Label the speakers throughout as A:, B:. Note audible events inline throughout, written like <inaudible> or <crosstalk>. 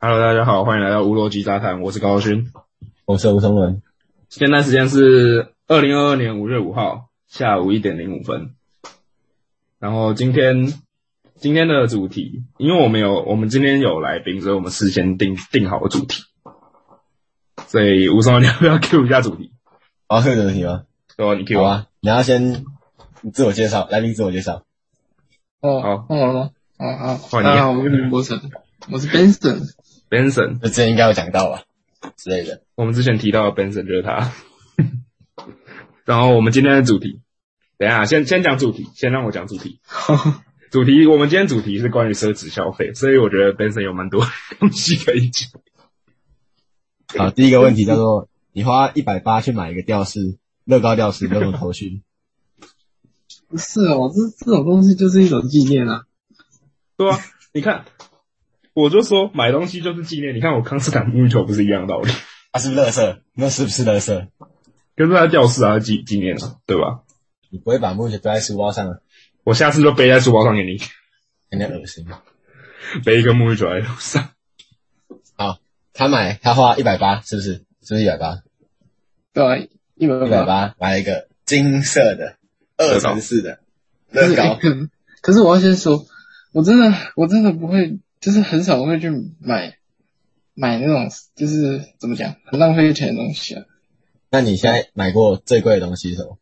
A: Hello，大家好，欢迎来到无逻辑杂谈，我是高勋。
B: 我是吴松文。
A: 现在时间是二零二二年五月五号下午一点零五分。然后今天今天的主题，因为我们有我们今天有来宾，所以我们事先定定好主题。所以吴松文，你要不要 Q 一下主题？
B: 我要 Q 这个题吗？
A: 说你 Q
B: 有。啊，你要先自我介绍，来宾自我介绍。
C: 哦，
A: 好
C: 换我了吗？哦啊，
A: 换
C: 大
A: 你
C: 家好，我是林博成，我是 Benson。
A: Benson，
B: 这之前应该有讲到吧之类的。
A: 我们之前提到的 Benson 就是他。 <laughs> 然后我们今天的主题，等一下先先讲主题，先让我讲主题。主题，我们今天主题是关于奢侈消费，所以我觉得 Benson 有蛮多 <laughs> 东西可以讲。
B: 好，第一个问题叫做：你花一百八去买一个吊饰，乐高吊饰，乐不头 <laughs> 绪？
C: 不是哦，这这种东西就是一种纪念啊。
A: 对啊，你看，我就说买东西就是纪念。你看我康斯坦木球不是一样的道理？
B: 它、啊是不是乐色？那是不是乐色？
A: 可是它的吊饰啊，纪纪念啊，对吧？
B: 你不会把木鞋背在书包上，
A: 我下次就背在书包上给你， <laughs>
B: 有点恶心。
A: 背一个沐浴球在路上。
B: 好，他买他花一百八，是不是？是不是一百八？
C: 对啊，一百
B: 一百，八买了一个金色的二乘四的
C: 可
B: 乐
C: 是、哎
B: <laughs> 高，
C: 可可是我要先说，我真的我真的不会，就是很少会去买买那种就是怎么讲很浪费钱的东西啊。
B: 那你现在买过最贵的东西是什么？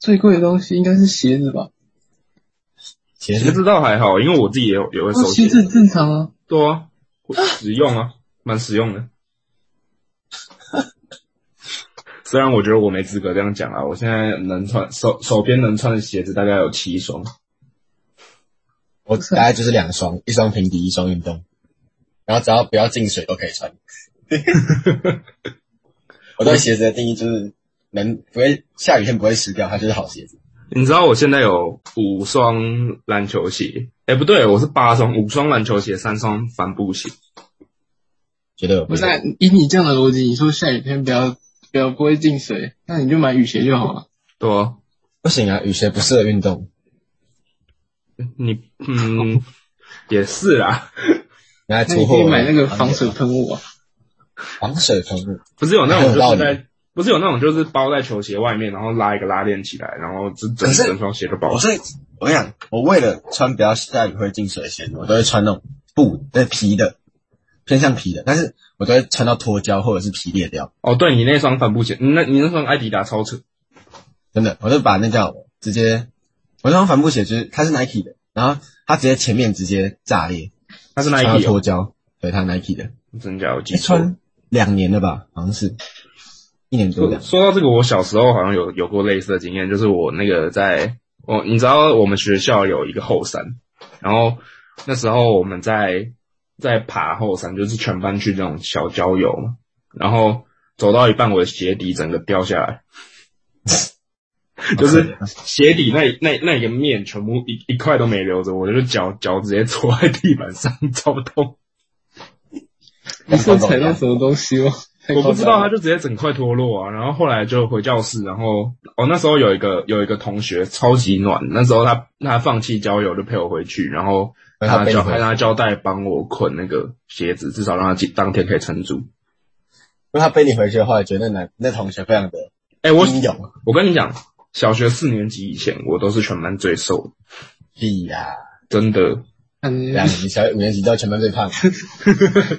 C: 最贵的东西应该是鞋子吧？
B: 鞋
A: 鞋
B: 子。
A: 子倒还好，因为我自己也有也会收
C: 鞋
A: 集。
C: 子很正常啊。
A: 对啊，实用
B: <laughs>
A: 啊，蛮实用的。虽然我觉得我没资格这样讲啊，我现在能穿手手边能穿的鞋子大概有七双，
B: 我大概就是两双，一双平底，一双运动，然后只要不要进水都可以穿。 <laughs> 我对鞋子的定义就是能不会下雨天不会湿掉，它就是好鞋子。
A: 你知道我现在有五双篮球鞋，哎、不对，我是八双，五双篮球鞋，三双帆布鞋。
B: 绝对有
C: 不是啊、以你这样的逻辑，你说下雨天不要不要不会进水，那你就买雨鞋就好了。
A: 对啊，
B: 不行啊，雨鞋不适合运动，
A: 你嗯，
B: <laughs>
A: 也是啊啦，
B: 拿来
C: 那你
B: 涂
C: 可
B: 货
C: 以买那个防水喷雾啊。
B: 防水喷雾，
A: 不是有那种
B: 很有
A: 就是
B: 道理
A: 在，不是有那种就是包在球鞋外面，然后拉一个拉链起来，然后整整
B: 可是
A: 整双鞋都包
B: 我
A: 上。
B: 是我跟你讲，我为了穿不要下雨会进水的鞋子，我都会穿那种布的皮的，偏向皮的，但是我都会穿到脱胶或者是皮裂掉。
A: 哦，对你那双帆布鞋，你那你那双艾迪达超扯。
B: 真的，我就把那叫直接，我那双帆布鞋就是它是 Nike 的，然后它直接前面直接炸裂，
A: 它是
B: 穿到
A: Nike
B: 脱
A: 哦，
B: 胶，对，它 Nike 的，
A: 真假有记
B: 一
A: 错。
B: 穿两年了吧，好像是一年多
A: 说
B: 两，
A: 说到这个，我小时候好像有有过类似的经验，就是我那个在，我你知道我们学校有一个后山，然后那时候我们在在爬后山，就是全班去那种小郊游嘛，然后走到一半，我的鞋底整个掉下
B: <laughs>
A: 来，就是
B: 啊
A: 鞋底那那那个面全部一一块都没留着，我就是脚脚直接戳在地板上， <laughs> 超痛。
C: 你是有踩到什么东西吗？
A: <laughs> 我不知道，他
C: 他
A: 就直接整块脱落啊。然后后来就回教室，然后哦，那时候有一个有一个同学超级暖，那时候他他放弃交友就陪我回去，然后
B: 让
A: 呃他
B: 他背
A: 交
B: 回
A: 还
B: 来
A: 拿胶带帮我捆那个鞋子，至少让他记当天可以撑住。
B: 如果他背你回去的话，觉得那那同学非常的
A: 哎、我
B: 英勇，
A: 我跟你讲，小学四年级以前我都是全班最瘦的，
B: 屁 <laughs> 呀、
A: 真的 <laughs>
B: 对
C: 嗯 <laughs>
B: 啊，你小五年级到全班最胖，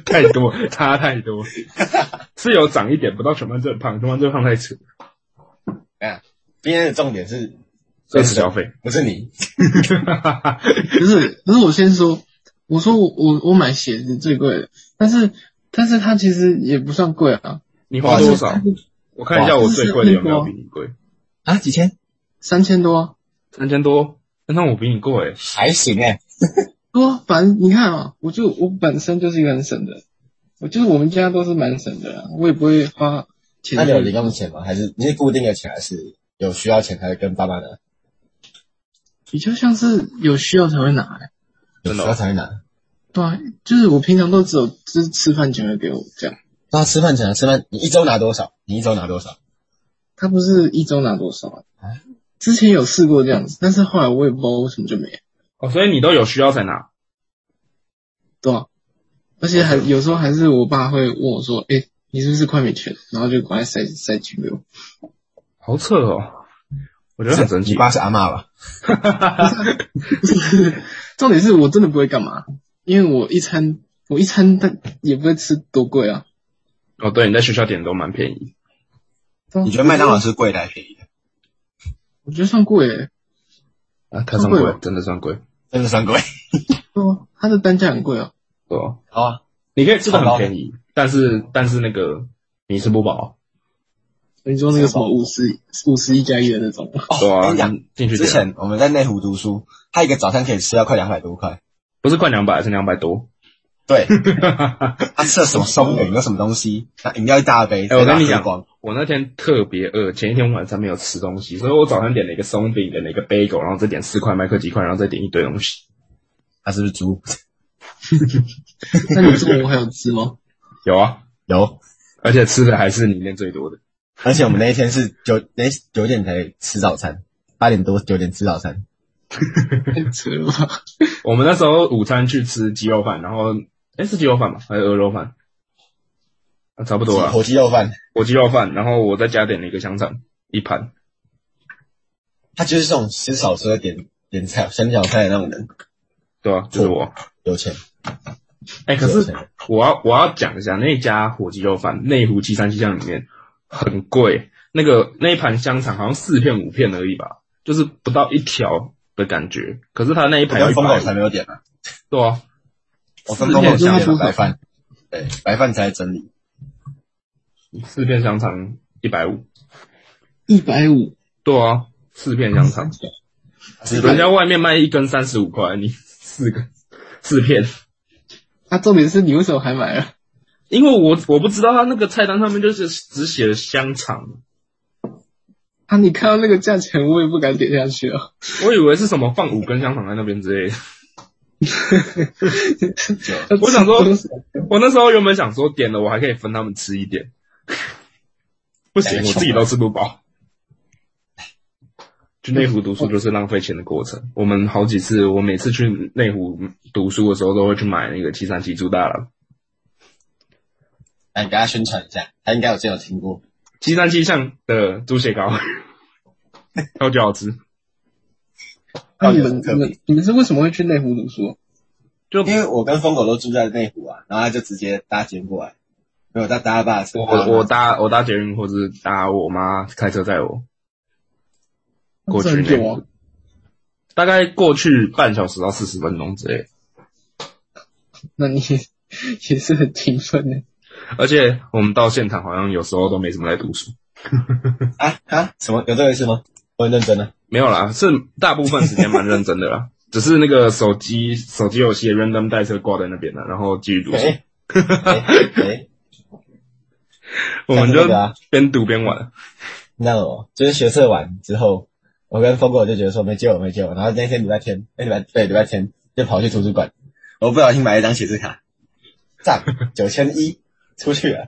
A: 太多 <laughs> 差太多，是有长一点，不到全班最胖，全班最胖太扯，
B: 啊，今天的重点是
A: 奢侈消费。
B: 不是你，
C: 不是，不是我先说，我说我我我买鞋子最贵的，但是但是它其实也不算贵啊，
A: 你花多少？我看一下我最贵的有没有比你贵。
B: 啊？几千？
C: 三千多、啊，
A: 三千多，那我比你贵、欸。
B: 还行哎、
C: 多、啊。反正你看啊，我就我本身就是一个很省的，我就是我们家都是蛮省的、啊，我也不会花钱。
B: 那你有零用钱吗？还是你是固定的钱，还是有需要钱才会跟爸妈拿？
C: 比较像是有需要才会拿、欸，
A: 真
B: 有需
A: 的哦
B: 要才会拿。
C: 对啊，就是我平常都只有就是吃饭钱会给我这样，
B: 那吃饭钱啊，吃饭你一周拿多少？你一周拿多少？
C: 它不是一周拿多少啊？之前有试过这样子，但是后来我也不知道为什么就没了，
A: 哦，所以你都有需要才拿。
C: 对吧、而且还有时候还是我爸会问我说：“哎、你是不是快没钱？”然后就赶快塞塞钱给我。
A: 好扯哦，我觉得很神
B: 你
A: 奇。
B: <laughs> 爸是阿嬷吧？
C: <laughs> 重点是我真的不会干嘛，因为我一餐我一餐但也不会吃多贵啊。
A: 哦，对，你在学校点都蛮便宜。
C: 对啊
B: 你觉得麦当劳？是贵的还是便宜的？
C: 我觉得算贵、欸，
A: 啊，它算
C: 算贵
A: 贵
C: 吗，
A: 真的算贵，
B: 真
A: <laughs>
B: 的算贵。
C: 对啊，它的单价很贵啊。
A: 对吧？
B: 好啊，
A: 哦你可以吃的
B: 好
A: 很
B: 高
A: 便宜，但是但是那个你吃不饱，
C: 你说那个什么五十五十一加一的那种吗， <laughs>
A: 对
B: 我
A: 啊
B: 哦跟你讲，，
A: 进去
B: 之
A: 点
B: 前我们在内湖读书，他一个早餐可以吃到快两百多块。
A: 不是快两百，是两百多。 <laughs>
B: 对，他吃了什么松饼，有什么东西，那饮料一大杯，
A: 哎我跟你讲
B: 再把它喝光
A: 我那天特别饿，前一天晚上没有吃东西，所以我早上点了一个松饼，点了一个 bagel，然后再点四块麦克鸡块，然后再点一堆东西。
B: 他是不是猪？ <laughs>
C: 那你中午还有吃吗？
A: 有啊，
B: 有，
A: 而且吃的还是里面最多的。
B: 而且我们那一天是九那九点才吃早餐，八点多九点吃早餐，
C: 太扯了吧！
A: 我们那时候午餐去吃鸡肉饭，然后哎是鸡肉饭吗？还是鹅肉饭？啊，差不多啊，
B: 火鸡肉饭，
A: 火鸡肉饭，然后我再加点了一个香肠一盘。
B: 他就是这种吃少吃的点点菜三角菜的那种人，
A: 对啊，就是我。
B: 有钱。
A: 哎、可
B: 有
A: 是
B: 钱人
A: 我要我要讲一下那家火鸡肉饭，内湖七三七巷里面很贵，那个那一盘香肠好像四片五片而已吧，就是不到一条的感觉。可是他那一
B: 我
A: 盘要
B: 跟
A: 一
B: 疯狗
A: 百，
B: 才没有点啊，
A: 对啊，
B: 我跟疯狗
A: 四
B: 才
A: 片
B: 点了白饭，对，白饭才整理，
A: 四片香肠一百五，
C: 一百五，
A: 对啊，四片香肠，
B: 吃
A: 人
B: 饭
A: 家外面卖一根三十五块，你四个四片，
C: 啊，重点是你为什么还买了？
A: 因为我我不知道他那个菜单上面就是只写了香肠，
C: 啊，你看到那个价钱，我也不敢点下去啊。
A: 我以为是什么放五根香肠在那边之类的。我想说我那时候原本想说点了我还可以分他们吃一点， <laughs> 不行，我自己都吃不饱。去内湖读书就是浪费钱的过程。我们好几次，我每次去内湖读书的时候，都会去买那个七三七猪大郎。
B: 哎来给大家宣传一下，他应该有真有听过，
A: 七三七巷的猪血糕，超级好吃。
C: 那你哎们你们你们是为什么会去内湖读书啊？
A: 就
B: 因为我跟疯狗都住在内湖啊，然后他就直接搭捷运过来，没有搭搭他爸的车，
A: 我
B: 搭他妈
A: 我
B: 的车
A: 搭我搭捷运，或是搭我妈开车载我过去
C: 这很
A: 内
C: 久
A: 湖
C: 啊，，
A: 大概过去半小时到四十分钟之类。
C: 那你 <laughs> 也是很勤奋的。
A: 而且我们到现场好像有时候都没什么在读书，
B: 啊啊什么有这回事吗？我很认真啊，
A: 没有啦，是大部分时间蛮认真的啦，只是那个手机手机游戏 random 代车挂在那边了，然后继续读书，
B: 哎哎哎，
A: 我们
B: 像
A: 就
B: 是那个啊
A: 边读边玩。
B: 那我就是学测完之后，我跟疯狗就觉得说没救了没救了，然后那天礼拜天，哎礼拜对礼拜天就跑去图书馆，我不小心买了一张写字卡，赞九千一出去了，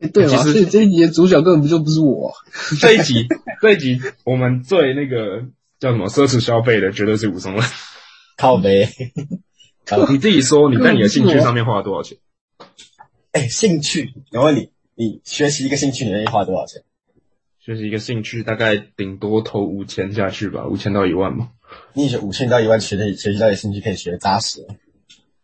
C: 哎，对
A: 其
C: 了，
A: 实
C: 所以这一集的主角根本不就不是我啊、
A: 这一
B: <laughs>
A: 集这一集我们最那个叫什么奢侈消费的绝对是武松了， <laughs>
B: 靠呗。好
A: 你自己说你在你的兴趣上面花了多少钱？
B: <laughs> 哎，兴趣，我问你，你学习一个兴趣，你愿意花多少钱？
A: 就是一个兴趣，大概顶多投五千下去吧，五千到一万吧，
B: 你以前五千到一万学的学习到的兴趣可以学扎实，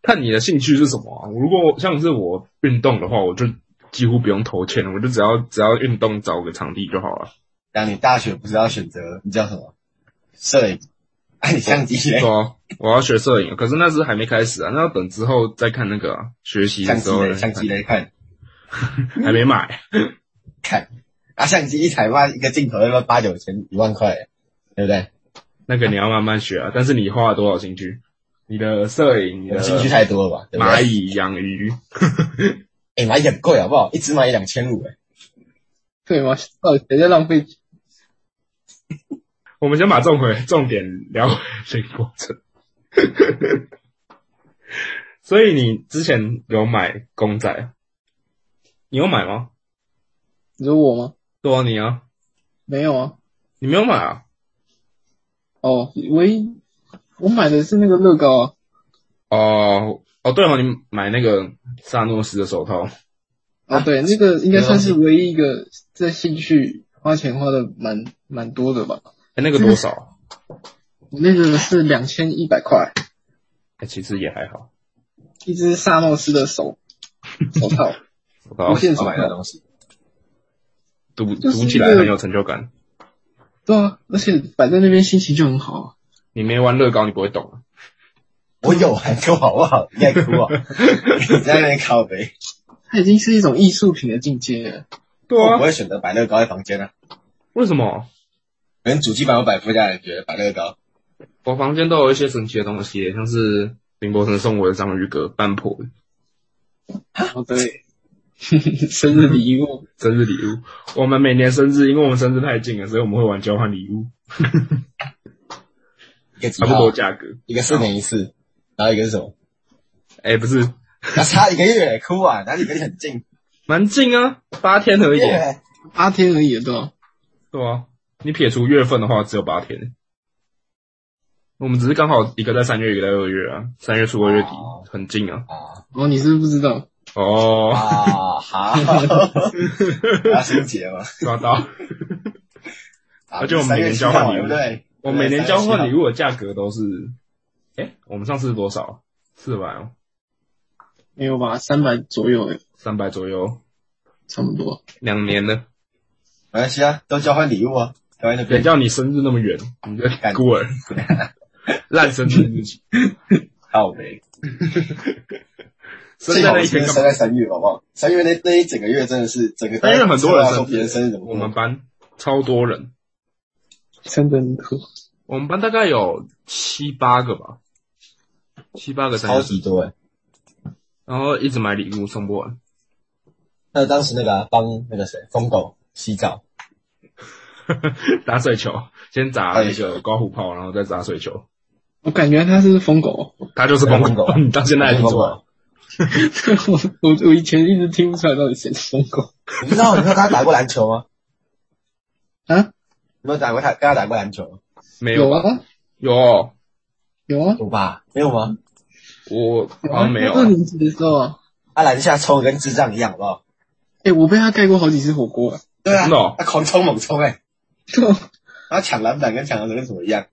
A: 看你的兴趣是什么啊。如果像是我运动的话，我就几乎不用投钱，我就只要只要运动找个场地就好了。
B: <laughs> 然后你大学不是要选择你叫什么摄影？哎、你相机嘞
A: 对？啊，我要学摄影，可是那是还没开始啊，那要等之后再看那个、啊、学习的
B: 相
A: 时
B: 机
A: 候
B: 嘞？
A: 呢，
B: 相机嘞？看
A: 还没买， <laughs>
B: 看啊，相机一台万一个镜头要不要八九千一万块，对不对？
A: 那个你要慢慢学啊。但是你花了多少兴趣？你的摄影，你的
B: 兴趣太多了吧？对不
A: 蚂
B: 对？
A: 蚁养鱼，
B: 哎、蚂蚁很贵好不好？一只蚂蚁两千五哎，
C: 对吗？到底谁在浪费？
A: 我们先把重回重点聊回这个过程。所以你之前有买公仔，你有买吗？
C: 你说我吗？
A: 对啊，你啊，
C: 没有啊。
A: 你没有买啊？
C: 哦，唯一我买的是那个乐高啊。
A: 哦哦，对哦，你买那个萨诺斯的手套，哎
C: 哦，
B: 啊
C: 对，那个应该算是唯一一个在兴趣花钱花的蛮蛮多的吧。
A: 哎，那个多少啊？
C: 我那个是两千一百块，
A: 哎，其实也还好。
C: 一只萨诺斯的手手套，
A: 手套
C: 无限手
B: 买的
C: 套。
B: 东西，
A: 读
C: 就是
A: 读起来
C: 那个
A: 很有成就感。
C: 对啊，而且摆在那边心情就很好啊。
A: 你没玩乐高，你不会懂啊。
B: 我有玩过好不好？你在哭 <laughs> 啊？你在那边靠呗？
C: 它已经是一种艺术品的境界了。
A: 对
B: 我不
A: 啊，
B: 会选择摆乐高在房间啊，
A: 为什么？
B: 可能主机版我摆副驾人觉得摆乐高，
A: 我房间都有一些神奇的东西，像是林伯承送我的章鱼哥斑驳的
C: 哦，对， <laughs> 生日礼物。
A: 生日礼物。我们每年生日，因为我们生日太近了，所以我们会玩交换礼物，
B: 一个几
A: 差不
B: 号
A: 多，价格。
B: 一个四年一次，然后一个是什么？
A: 哎、不是，
B: 啊，差一个月，哭啊！哪里跟你很近？
A: 蛮近啊，八天而已，
B: 耶
C: 八天而已，对吧？
A: 对啊，你撇除月份的话，只有八天。我们只是刚好一个在三月，一个在二月啊，三月初二月底
B: 哦，
A: 很近啊。
B: 啊
C: 哦，你是不是不知道，
A: 哦，
B: 啊！好，阿星姐嘛，
A: 抓到！
B: 啊
A: 而且我们每年交换礼物
B: 三月七号对不对？
A: 我每年交换礼
B: 物，
A: 物的价格都是，哎、我们上次是多少？四百哦，
C: 没有吧？三百左右，
A: 三百左右，
C: 差不多。
A: 两年了。
B: 没关系啊，都交换礼物啊，交换那
A: 谁
B: 边
A: 叫你生日那么远？你这孤儿，烂生日日期，
B: 靠呗。
A: 生在那一天
B: 生
A: 干嘛？
B: 在三月好不好？三月那那一整个月真的是整个
A: 三月很多人生日
B: 说别人生日怎么
A: 我
B: 过
A: 们班超多人，
C: 真的很酷，
A: 我们班大概有七八个吧，七八个生
B: 超
A: 日，
B: 级多哎。
A: 然后一直买礼物送不完。 <laughs>
B: 那当时那个啊帮那个谁疯狗洗澡，
A: 打水球，先砸
B: 哎
A: 那个刮胡泡，然后再砸水球。
C: 我感觉他是疯狗。 <laughs>
A: 他就是
B: 哎
A: 疯狗，你 <laughs> 到现在还听
B: 疯
A: 说吗？
B: 狗，
C: 我我我以前一直听不出来到底谁是疯狗
B: 你不知道你没有跟他打过篮球吗？
C: 啊？
B: 你没有打过他跟他打过篮球吗？
A: 没有吧？
C: 啊，
A: 有哦，
C: 有啊，
B: 有吧？没有吗？
A: 我好像没有
C: 二。年级的时候啊，
B: 他篮下抽得跟智障一样，好不好？
C: 哎、我被他盖过好几次火锅
A: <laughs>
C: 啊。
B: 对啊
A: 真的哦，
B: 他狂冲猛冲哎、欸，
C: 对
B: 然后抢篮板跟抢篮板跟什么一样，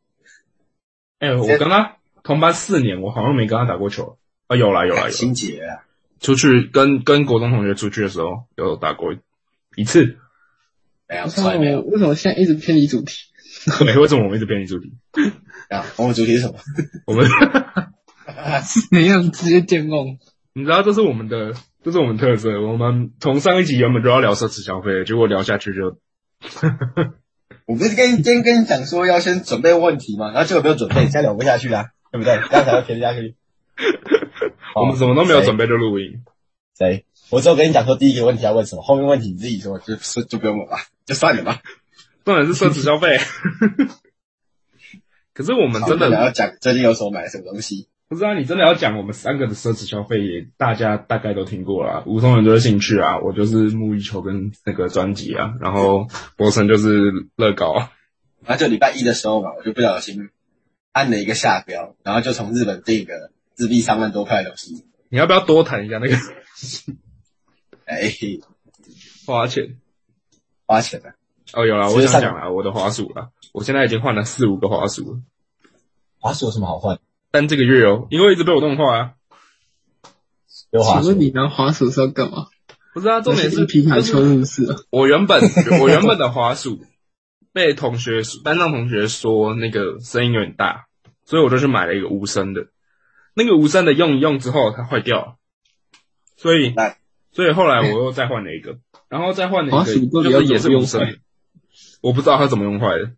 A: 哎，我跟他同班四年，我好像没跟他打过球。啊，有啦有啦有啦。
B: 心结啊，
A: 出去跟跟国中同学出去的时候，有打过一次。 <laughs>
B: 没有，哎
C: 我
B: 从来
C: 操，
B: 没有
C: 我。为什么现在一直偏离
A: <laughs>
C: 主题？
A: 对，为什么我们一直偏离主题？
B: 啊，我们主题是什么？ <laughs>
A: 我们
C: 怎样直接见梦？
A: 你知道这是我们的，这是我们特色。我们从上一集原本就要聊奢侈消费，结果聊下去就。
B: 我不是跟你今天跟你讲说要先准备问题吗？然后结果没有准备，现在聊不下去啊，对不对？这样才会偏下去
A: <laughs>
B: 哦
A: 我们什么都没有准
B: 备。
A: 备就录音。
B: 哦谁？我只有跟你讲说第一个问题要问什么，后面问题你自己说，就就就不用问吧，就算了吧。
A: 重点是奢侈消费。 <laughs> 可是我们真
B: 然
A: 的
B: 后讲最近有什么买什么东西，
A: 不知道，你真的要讲我们三个的奢侈消费，也大家大概都听过啦。吴松仁就是兴趣啊，我就是沐浴球跟那个专辑啊，然后博成就是乐高啊。
B: 然后就礼拜一的时候嘛，我就不小心按了一个下标，然后就从日本订一个日币三万多块的东西，
A: 你要不要多谈一下那个
B: 哎，
A: 花钱？
B: 花钱了。
A: 哦，有啦，
B: 其
A: 我
B: 实
A: 想
B: 上
A: 讲啦，我的滑鼠啦，我现在已经换了四五个滑鼠了，
B: 滑鼠有什么好换？
A: 但这个月哦，因为一直被我动画啊，
B: 有滑
C: 请
B: 鼠
C: 问。你拿滑鼠是要干嘛？
A: 不是啊，重点
C: 那
A: 是
C: 是皮卡丘
A: 就是
C: 是不是啊？ <laughs>
A: 我原本我原本的滑鼠被同学班上同学说那个声音有点大，所以我就去买了一个无声的。那个无声的用一用之后它坏掉了，所以
B: 那
A: 所以后来我又再换了一个，然后再换了一
C: 滑
A: 个，
C: 鼠到底
A: 就
C: 要
A: 是也是
C: 怎么
A: 无
C: 用
A: 声
C: 坏
A: 的，我不知道它怎么用坏的。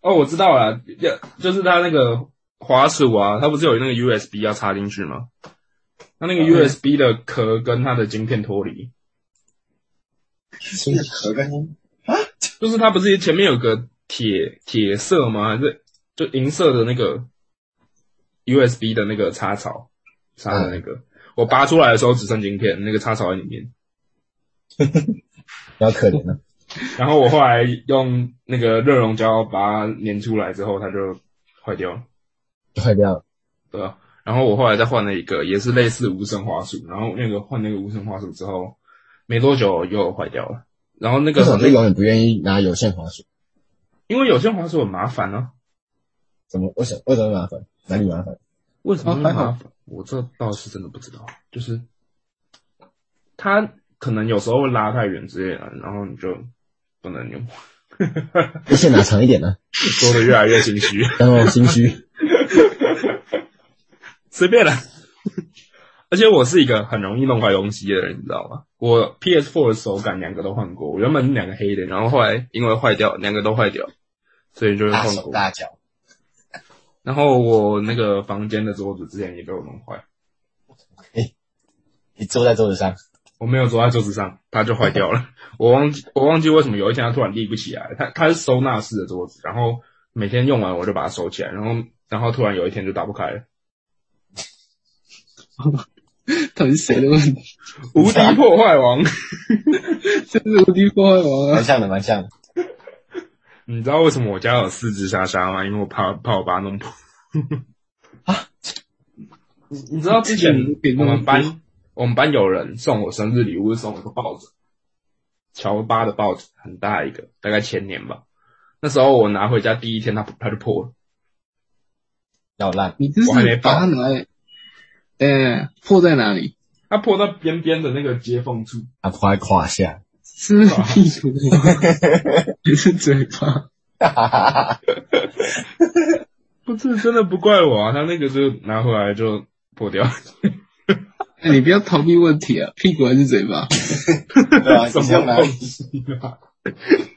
A: 哦，我知道了，要就是它那个滑鼠啊，它不是有那个 USB 要插进去吗？它
C: 啊
A: 那个 USB 的壳跟它的晶片脱离，
B: 是壳跟
A: 就是它不是前面有个铁铁色吗？还是就银色的那个 USB 的那个插槽插的那个？我拔出来的时候只剩晶片，那个插槽在里面。
B: 比较可怜了。
A: 然后我后来用那个热熔胶把它粘出来之后，它就坏掉了，
B: 坏掉了。
A: 对吧、然后我后来再换了一个，也是类似无声花束，然后那个换那个无声花束之后，没多久又坏掉了。然后那
B: 为
A: 个
B: 什么就永远不愿意拿有线滑鼠？
A: 因为有线滑束很麻烦啊，
B: 怎么为什么为什么麻烦？哪里麻烦？
A: 为什么会
C: 哦还好
A: 麻烦？我这倒是真的不知道，就是它可能有时候会拉太远之类的，然后你就不能用， <laughs>
B: 就线拿长一点呢、
A: 说的越来越心虚。
B: 然后心虚。
A: 随便啦。而且我是一个很容易弄坏东西的人，你知道吗？我 PS4 的手感两个都换过，我原本是两个黑的，然后后来因为坏掉，两个都坏掉，所以就是
B: 大
A: 换
B: <laughs> 手
A: 过。
B: 大脚，
A: 然后我那个房间的桌子之前也被我弄坏，
B: 你坐在桌子 <laughs> 上，
A: 我没有坐在桌子上，它就坏掉了。 <laughs> 我忘记我忘记为什么有一天它突然立不起来，它它是收纳式的桌子，然后每天用完我就把它收起来，然后然后突然有一天就打不开了，
C: 到底是谁的问题？
A: 无敌破坏王。 <laughs>
C: 真是无敌破坏王
B: 蛮
C: 啊！
B: 像的，蛮像的。
A: 你知道为什么我家有四只莎莎吗？因为我怕怕我把它弄破。 <laughs> 你你知道之前我们班我们班有人送我生日礼物，送我一个报纸，乔巴的报纸，很大一个，大概前年吧。那时候我拿回家第一天，它它就破了。
B: 要烂，
C: 你这
A: 我还没
C: 是
A: 报
C: 把它拿来，呃，破在哪里？
A: 它破到边边的那个接缝处，
B: 把胯胯 <laughs> 下，
C: 是屁股那个，
A: <laughs>
C: 还是嘴巴？
B: 哈哈哈 <laughs> 哈！
A: 不是真的不怪我啊，它那个就拿回来就破掉。
C: 哎你不要逃避问题啊！屁股还是嘴巴？
B: 对啊，你
A: <laughs> 什
B: 是用
A: 么
B: 哪
A: 东
B: 里？
A: 西啊？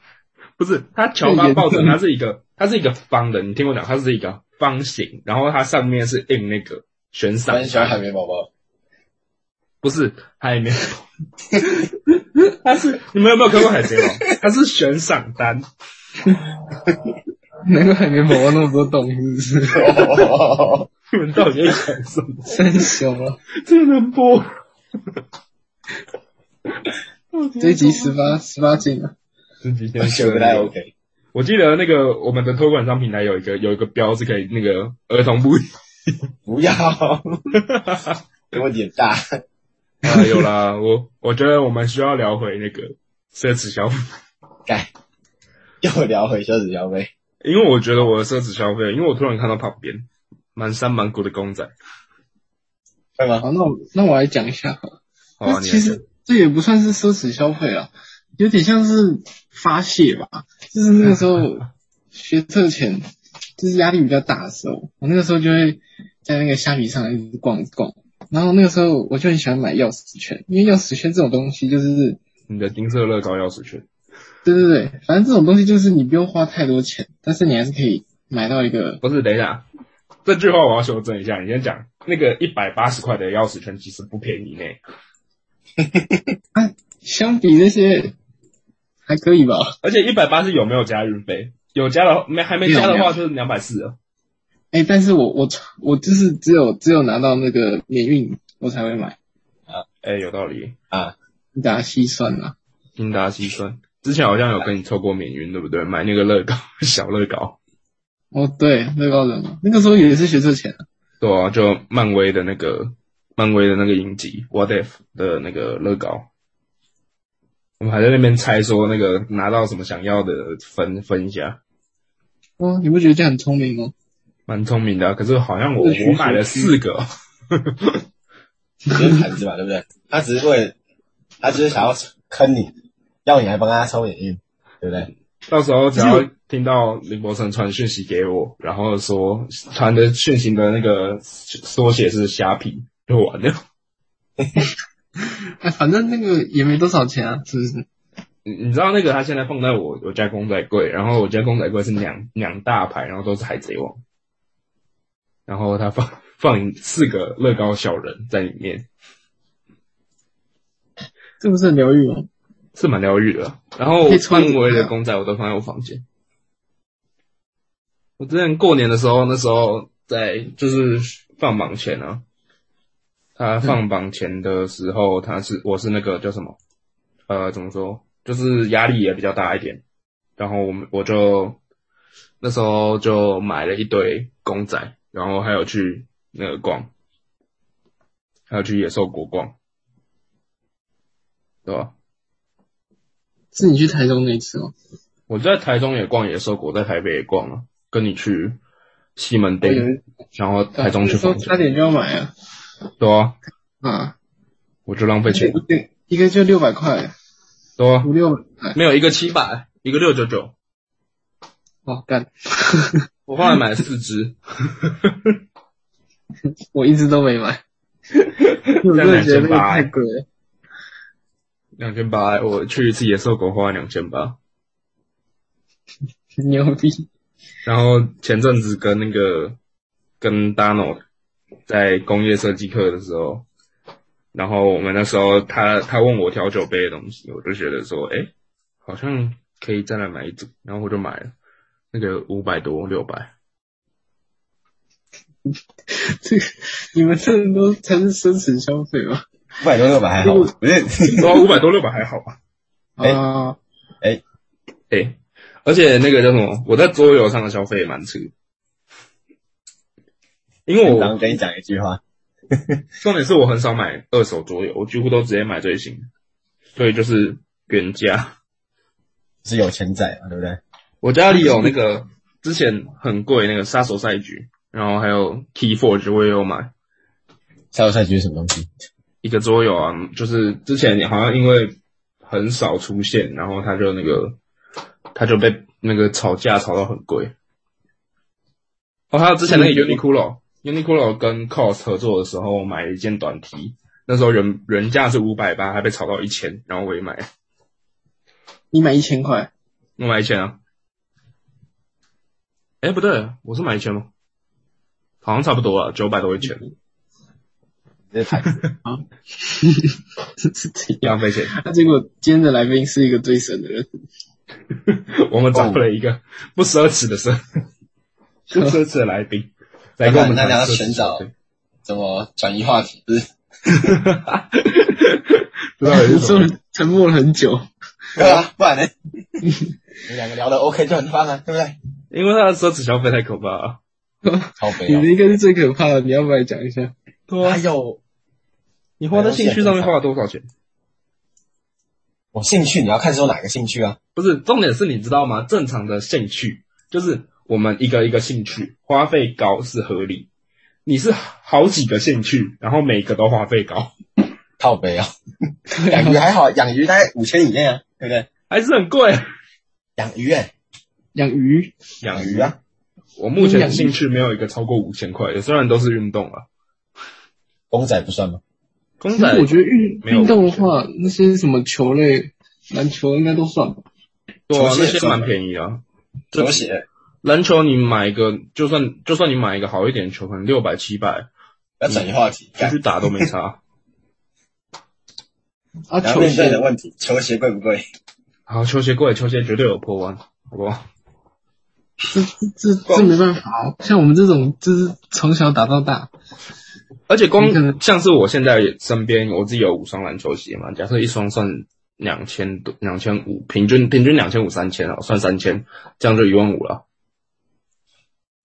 A: <laughs> 不是，它乔巴抱枕，它是一个，它是一个方的。你听我讲，它是一个方形，然后它上面是印那个悬
B: 我
A: 赏
B: 很，喜欢海绵宝 <laughs> 宝，
A: 不是海绵 <laughs> 宝宝。它是你们有没有看过海贼 <laughs> 王？它是悬赏 <laughs> 单，
C: 难怪海绵宝宝那么多洞，是不是？
A: <laughs> 你们到底在想什么？
C: 真凶啊！
A: 这个能播？
C: 这一集十八十八禁啊！
A: 这几天
B: 我觉得不太 OK。
A: 我记得那个我们的托管商平台有一个有一个标是可以那个儿童
C: <laughs>
A: 不宜
B: 不要，给我脸大。
A: 啊，有啦，我我觉得我们需要聊回那个奢侈消费，
B: 改，又聊回奢侈消费。
A: 因为我觉得我的奢侈消费，因为我突然看到旁边满山满谷的公仔，
B: 会吗？
C: 好，那我那我来讲一下好了。
A: 好啊，
C: 那
A: 你
C: 其实这也不算是奢侈消费啊，有点像是发泄吧。就是那个时候学测前，就是压力比较大的时候，我那个时候就会在那个虾皮上一直逛一逛。然后那个时候我就很喜欢买钥匙圈，因为钥匙圈这种东西就是，
A: 你的金色乐高钥匙圈，
C: 对对对，反正这种东西就是你不用花太多钱，但是你还是可以买到一个
A: 不是，等一下，这句话我要修正一下，你先讲那个一百八十块的钥匙圈其实不便宜呢，
C: 相比那些还可以吧。
A: 而且一百八是有没有加运费？有加的没还没加的
C: 没有没
A: 话
C: 有
A: 就是两百四了，
C: 哎、但是我我我就是只有只有拿到那个免运我才会买，
A: 哎、有道理，
B: 啊
C: 你打细算啦、
A: 精打细算。之前好像有跟你凑过免运，对不对？买那个乐高 <laughs> 小乐高，
C: 哦，对，乐高人啊嘛，那个时候也是学这钱啊。
A: 对啊，就漫威的那个漫威的那个影集《What If》的那个乐高，我们还在那边猜说那个拿到什么想要的分分一下，
C: 哦，你不觉得这样很聪明吗？
A: 蛮聪明的啊、可是好像我
C: 是是
A: 我买了四个，
B: 只是盘子嘛，对不对？他只是为了，他只是想要坑你，要你来帮他抽眼印，对不对？
A: 到时候只要听到林博成传讯息给我，然后说传的讯息的那个缩写是虾皮，就完了。
C: 哎，反正那个也没多少钱啊，是不是？
A: 你你知道那个他现在放在我我家公仔柜，然后我家公仔柜是两两大排，然后都是海贼王，然后他放放四个乐高小人在里面，
C: 这不是很疗愈吗？
A: 是蛮疗愈的。然后
C: 可以穿
A: 漫威的公仔我都放在我房间。我之前过年的时候，那时候在就是放榜前啊，
C: 嗯
A: 他放榜前的时候，他是我是那个叫什么？呃，怎么说？就是压力也比较大一点。然后我们我就那时候就买了一堆公仔，然后还有去那个逛，还有去野兽国逛，对吧？
C: 是你去台中那一次吗？
A: 我在台中也逛野兽国，在台北也逛了，跟你去西门
C: 我
A: 町
C: 以，为
A: 然后台中去
C: 啊说
A: 逛，
C: 差点就要买啊
A: 对啊，
C: 啊！
A: 我就浪费
C: <laughs>
A: 钱，
C: 一个一个就六百块，
A: 对啊，
C: 五六百哎块，
A: 没有一个七百，一个六九九，
C: 哦干！ <laughs>
A: 我后来买了四只，
C: 我一直都没买，因为我真的觉得那个太贵了。
A: 两千八，我去一次野兽国花了两千八，
C: 牛逼！
A: 然后前阵子跟那个跟 Dano 在工业设计课的时候，然后我们那时候他他问我调酒杯的东西，我就觉得说，哎，好像可以再来买一组，然后我就买了那个五百多六百，
C: 这个你们这都才是奢侈消费吧？
B: 五百多六百还好，不是？
A: 对啊，五百多六百还好吧？
B: 哎
C: 啊，
A: 哎、而且那个叫什么，我在桌游上的消费也蛮次的，因为
B: 我
A: 我
B: 刚跟你讲一句话，
A: 重点是我很少买二手桌游，我几乎都直接买最新的，所以就是原价。
B: 是有钱仔嘛，对不对？
A: 我家里有那个之前很贵那个杀手赛局，然后还有 Keyforge 我也有买
B: 赛后赛局是什么东西？
A: 一个桌游啊，就是之前好像因为很少出现，然后它就那个它就被那个炒价炒到很贵。哦，还有之前那个 Uniqlo、Uniqlo 跟 COS 合作的时候，我买了一件短 T，那时候原原价是五百八，还被炒到一千，然后我也买了。
C: 你买一千块， <laughs>
A: 我买一千啊。哎，不对，我是买一千吗？好像差不多啊，九百多一千，
B: 这是牌子。
C: 这是这样。
A: 浪费钱。 <laughs>
C: 那结果今天的来宾是一个最神的人，
A: 我们找了一个不奢侈的奢，哦 <laughs> 不奢侈的来宾来跟我们
B: 那
A: 谈
B: 聊到
A: 奢侈
B: 寻找
A: 对
B: 怎么转移话题？不是，
A: 不知道啊有什
C: 这
A: 么
C: 么沉默了很久。
B: 对啊， <laughs> 不然呢？你们两个聊的 OK 就很棒啊，对不对？
A: 因为他的奢侈消费太可怕啊了。
B: 超
C: 你的
B: 肥
C: 应该是最可怕的，你要不要讲一下？
A: 对啊
B: 还，有
A: 你花在兴趣上面花了多少钱？
B: 我兴趣，你要看是有哪个兴趣啊？
A: 不是，重点是你知道吗？正常的兴趣就是我们一个一个兴趣花费高是合理，你是好几个兴趣，然后每个都花费高。
B: 靠北啊， <laughs> 养鱼还好，养鱼大概五千以内啊，对不对？
A: 还是很贵。啊
B: 养鱼哎，
C: <laughs> 养鱼，
A: 养
B: 养鱼，啊，
A: 我目前的兴趣没有一个超过五千块的，虽然都是运动啊，
B: 公仔不算吗？
A: 公
C: 其实
A: 仔
C: 我觉得运
A: 没有
C: 运动的话，那些什么球类、篮球应该都算吧。
A: 对啊
B: 球，鞋
A: 那
B: 也
A: 些
B: 算
A: 蛮
B: 吧
A: 便宜啊。这
B: 球鞋
A: 篮球你买一个，就算就算你买一个好一点的球，可能六百七百，
B: 要转移话题，
A: 出
B: 干
A: 去打都没 <laughs> 差。
C: 啊，
B: 然后
C: 球
B: 面对的
C: 鞋，
B: 问题，球鞋贵不贵？
A: 好，球鞋贵，球鞋绝对有破万，好不好？
C: 这这这这没办法哦。像我们这种，就是从小打到大，
B: 哎
A: 而且光
C: 你可能
A: 像是我现在也身边我自己有五双篮球鞋嘛，假设一双算两千多，两千五，平均平均两千五三千啊，算三千，这样就一万五了。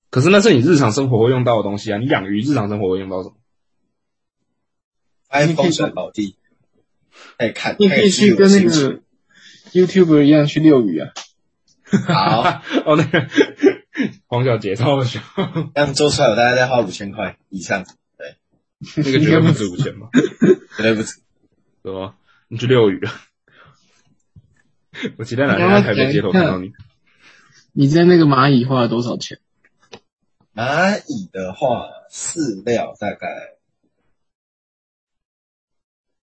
A: 可是那是你日常生活会用到的东西啊，你养鱼日常生活会用到什么？
B: 哎，风水宝地，可以看，
C: 你可以去跟那个 YouTuber 一样去遛鱼啊。
B: 好，
A: 哦，那个 <laughs> 黄小姐超好 <laughs> 笑，
B: 这样做出来，我大概再花五千块以上，
A: 那个绝对不值五千吧？ <laughs>
B: 绝对不止。
A: 对吧？你去遛鱼啊！ <laughs> 我期待哪天
C: 你要
A: 在
C: 不
A: 台
C: 要
A: 北街头看到你。
C: 你在那个蚂蚁花了多少钱？
B: 蚂蚁的话，饲料大概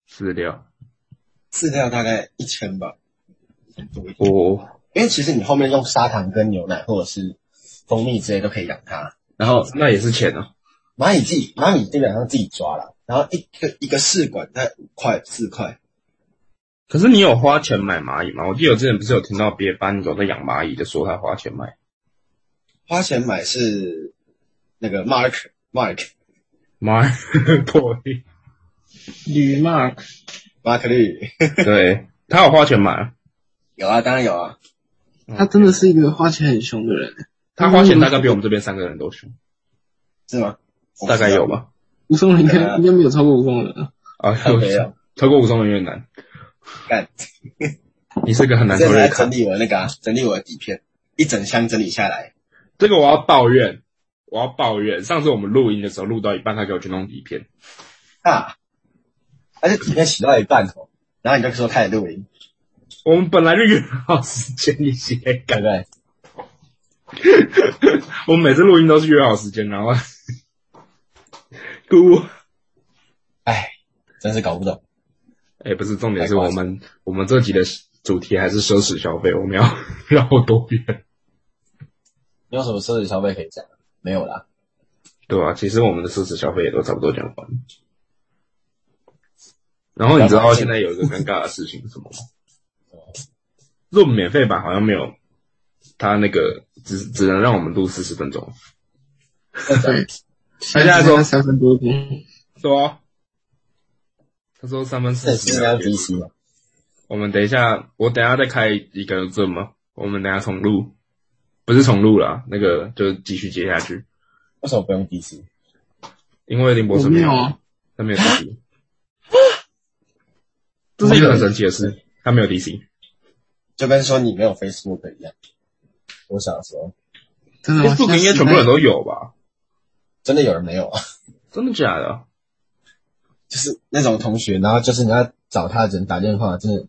A: 饲料，
B: 饲料大概一千吧，多一点。
A: 我
B: 因为其实你后面用砂糖跟牛奶或者是蜂蜜之类都可以养它。然后
A: 那也是钱啊，
B: 蚂蚁自己，蚂蚁基本上自己抓了，然后一个一个试管大概五块四块，
A: 可是你有花钱买蚂蚁吗？我记得我之前不是有听到别班有在养蚂蚁的，说他花钱买
B: 花钱买是那个 Mark Mark
A: 蚂蚁破 <laughs> 例。
B: 嗯
C: 吕 Mark，
B: Mark 绿，
A: 对他有花钱买啊，
B: 有啊，当然有啊。
C: 他真的是一个花钱很凶的人，
A: 他花钱大概比我们这边三个人都凶，
B: 是吗？
A: 大概有吧？
C: 吴松仁应
B: 对
C: 该
B: 啊
C: 应该没有超过吴松仁啊。
A: 啊，
B: 靠北
A: <laughs>
B: 哦
A: 超过五松人越难。
B: 干，
A: 你是个很难
B: 这
A: 超
B: 次
A: 越
B: 来
A: 的坎
B: 整理我那个、啊，整理我的底片，一整箱整理下来，
A: 这个我要抱怨，我要抱怨。上次我们录音的时候，录到一半，他给我去弄底片，
B: 啊，而且底片洗到一半哦，然后你就说开始录音，
A: 我们本来就约好时间一起来
B: 对
A: 赶
B: 不，对？
A: 我们每次录音都是约好时间，然后 <laughs> 姑，
B: 哎，真是搞不懂。
A: 哎，不是重点是
B: 太夸
A: 我
B: 张
A: 们我们这集的主题还是奢侈消费，我们要 <laughs> 绕多远？
B: 你有什么奢侈消费可以讲？没有啦，
A: 对吧、其实我们的奢侈消费也都差不多讲完了。然后你知道现在有一个尴尬的事情是什么吗？ <laughs> 就是我们免费版好像没有，他那个只只能让我们录四十分钟。 <laughs>
C: 对，
A: 大家说
C: 三分多钟，
A: 对啊，他说三分
B: 这
A: 四
B: 是
A: 十
B: 应该
A: 秒
B: 要
A: 结
B: V
A: 束
B: C 嘛？
A: 我们等一下，我等一下再开一个字嘛，我们等一下重录，不是重录啦，那个就继续接下去，
B: 为什么不用 V C？
A: 因为林博士
C: 我没有
A: 有
C: 啊，
A: 他没有 DC，这是一个很神奇的事，他没有 DC，
B: 就跟说你没有 Facebook 一样。我小时候
C: 真的吗？
A: Facebook 应该全部人都有吧？
B: 真的有人没有啊， <laughs>
A: 真的假的？
B: 就是那种同学，然后就是你要找他的人打电话，真的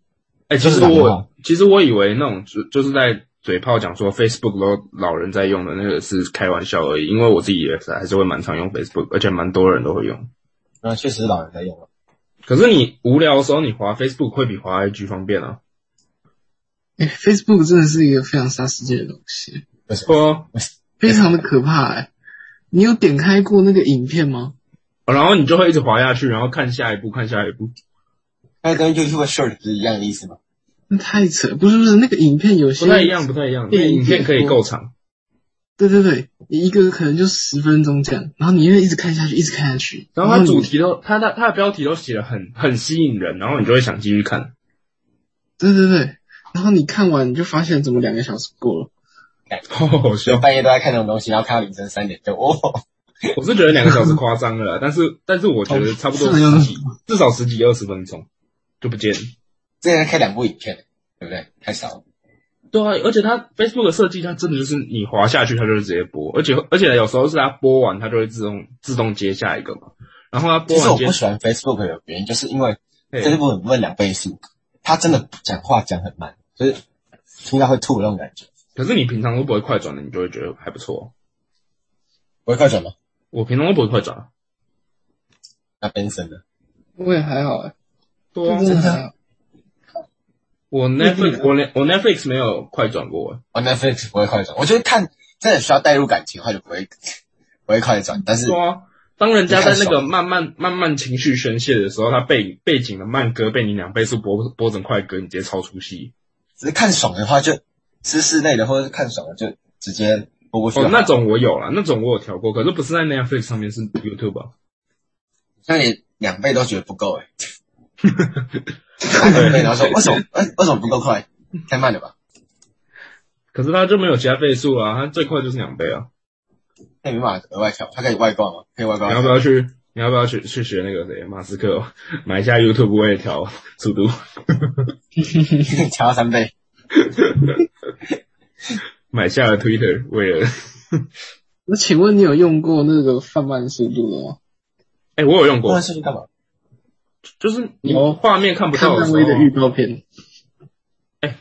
A: 哎、其实
B: 就是打电话
A: 我其实我以为那种就就是在嘴炮讲说 Facebook 老老人在用的那个是开玩笑而已，因为我自己也是还是会蛮常用 Facebook，而且蛮多人都会用。
B: 那确实是老人在用啊。
A: 可是你无聊的时候，你滑 Facebook 会比滑 IG 方便啊。
C: 哎，Facebook 真的是一个非常杀时间的东西，
B: 为什么？
C: 啊
A: 哦，
C: 非常的可怕哎。你有点开过那个影片吗？
A: 然后你就会一直滑下去，然后看下一步，看下一步。
B: 那跟 YouTube Short 不是一样的意思吗？
C: 那太扯，不是不是，那个影片有些
A: 不太一样，不太一样。
C: 电影
A: 影片可以够长，
C: 对对对，一个可能就十分钟这样，然后你又一直看下去，一直看下去，
A: 然后它
C: 你
A: 主题都，它它它的标题都写的很很吸引人，然后你就会想继续看。
C: 对对对，然后你看完你就发现怎么两个小时过了，
A: 好好
B: 就
A: 笑，
B: 半夜都在看那种东西，然后看到凌晨三点就 <laughs> 哦，
A: <laughs> 我是觉得两个小时夸张了啦，但是但是我觉得差不多
C: 是啊
A: 十几，至少十几二十分钟就不见了。
B: 这人看两部影片，对不对？太少了。
A: 对啊，而且它 Facebook 的设计，它真的就是你滑下去，它就会直接播，而且而且有时候是它播完，它就会自动自动接下一个嘛。然后它播
B: 其实
A: 完
B: 我
A: 接
B: 不，喜欢 Facebook 的原因，就是因为
A: 嘿
B: 这部很问两倍速，他真的讲话讲很慢，就是听到会吐的那种感觉。
A: 可是你平常都不会快转的，你就会觉得还不错。
B: 不会快转吗？
A: 我平常都不会快转啊，
B: 那 Benson 呢？
C: 我也还好哎，
A: 对
C: 真的啊还好，
A: 我 Netflix 我连我 Netflix 没有快转过，
B: 我哦 Netflix 不会快转，我觉得看真的需要带入感情的话就不会不会快转，但是
A: 对啊。当人家在那个慢慢慢慢情绪宣泄的时候，他背背景的慢歌被你两倍速播播成快歌，你直接超出戏。
B: 只是看爽的话就知识类的，或者是看爽的就直接播过去。
C: 啊
A: 哦，那种我有啦，那种我有调过，可是不是在 Netflix 上面，是 YouTube 啊。
B: 那你两倍都觉得不够哎、
A: <laughs>
B: 欸，两倍然后说为什么为为什么不够快？太慢了吧？
A: 可是它就没有其他倍数啊，它最快就是两倍啊。
B: 那没办法额外调，它可以外挂吗？可以外挂
A: 你
B: 吗。
C: 啊
A: 要
B: <laughs>
A: 不要去？你要不要去去学那个谁，马斯克哦 <laughs> 买一下 YouTube 我也调速度， <laughs>
B: 调到三倍？
A: 买下了 Twitter 为了，
C: 那请问你有用过那个放慢速度的吗？
A: 哎、我有用过
B: 那，是去干嘛？
A: 就是你
C: 有
A: 画面看不
C: 看
A: 到的
C: 漫
A: 时
C: 威的预
A: 候，
C: 告片，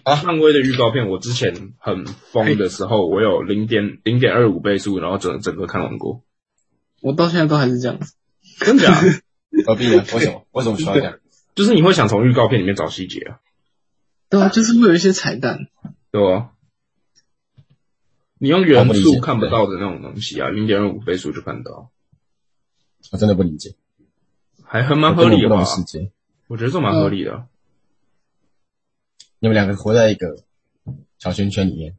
B: 啊
A: 漫威的预告片，我之前很疯的时候，我有零点零点二五倍速，然后整整个看完过，
C: 我到现在都还是这样子。
A: 真 <laughs> 假？
B: 何必呢？为什么？为什么需要这样？
A: 就是你会想从预告片里面找细节啊，
C: 对啊，就是会有一些彩蛋。
A: 对吧？你用原
B: 我不理
A: 速
B: 解
A: 看不到的那种东西啊，零点二五倍速就看到，
B: 我真的不理解，
A: 还很
B: 我
A: 蛮
B: 根
A: 合
B: 本
A: 理
B: 不
A: 的吧
B: 懂？世界。
A: 我觉得这蛮合理的啊。
B: 你们两个活在一个小圈圈里面，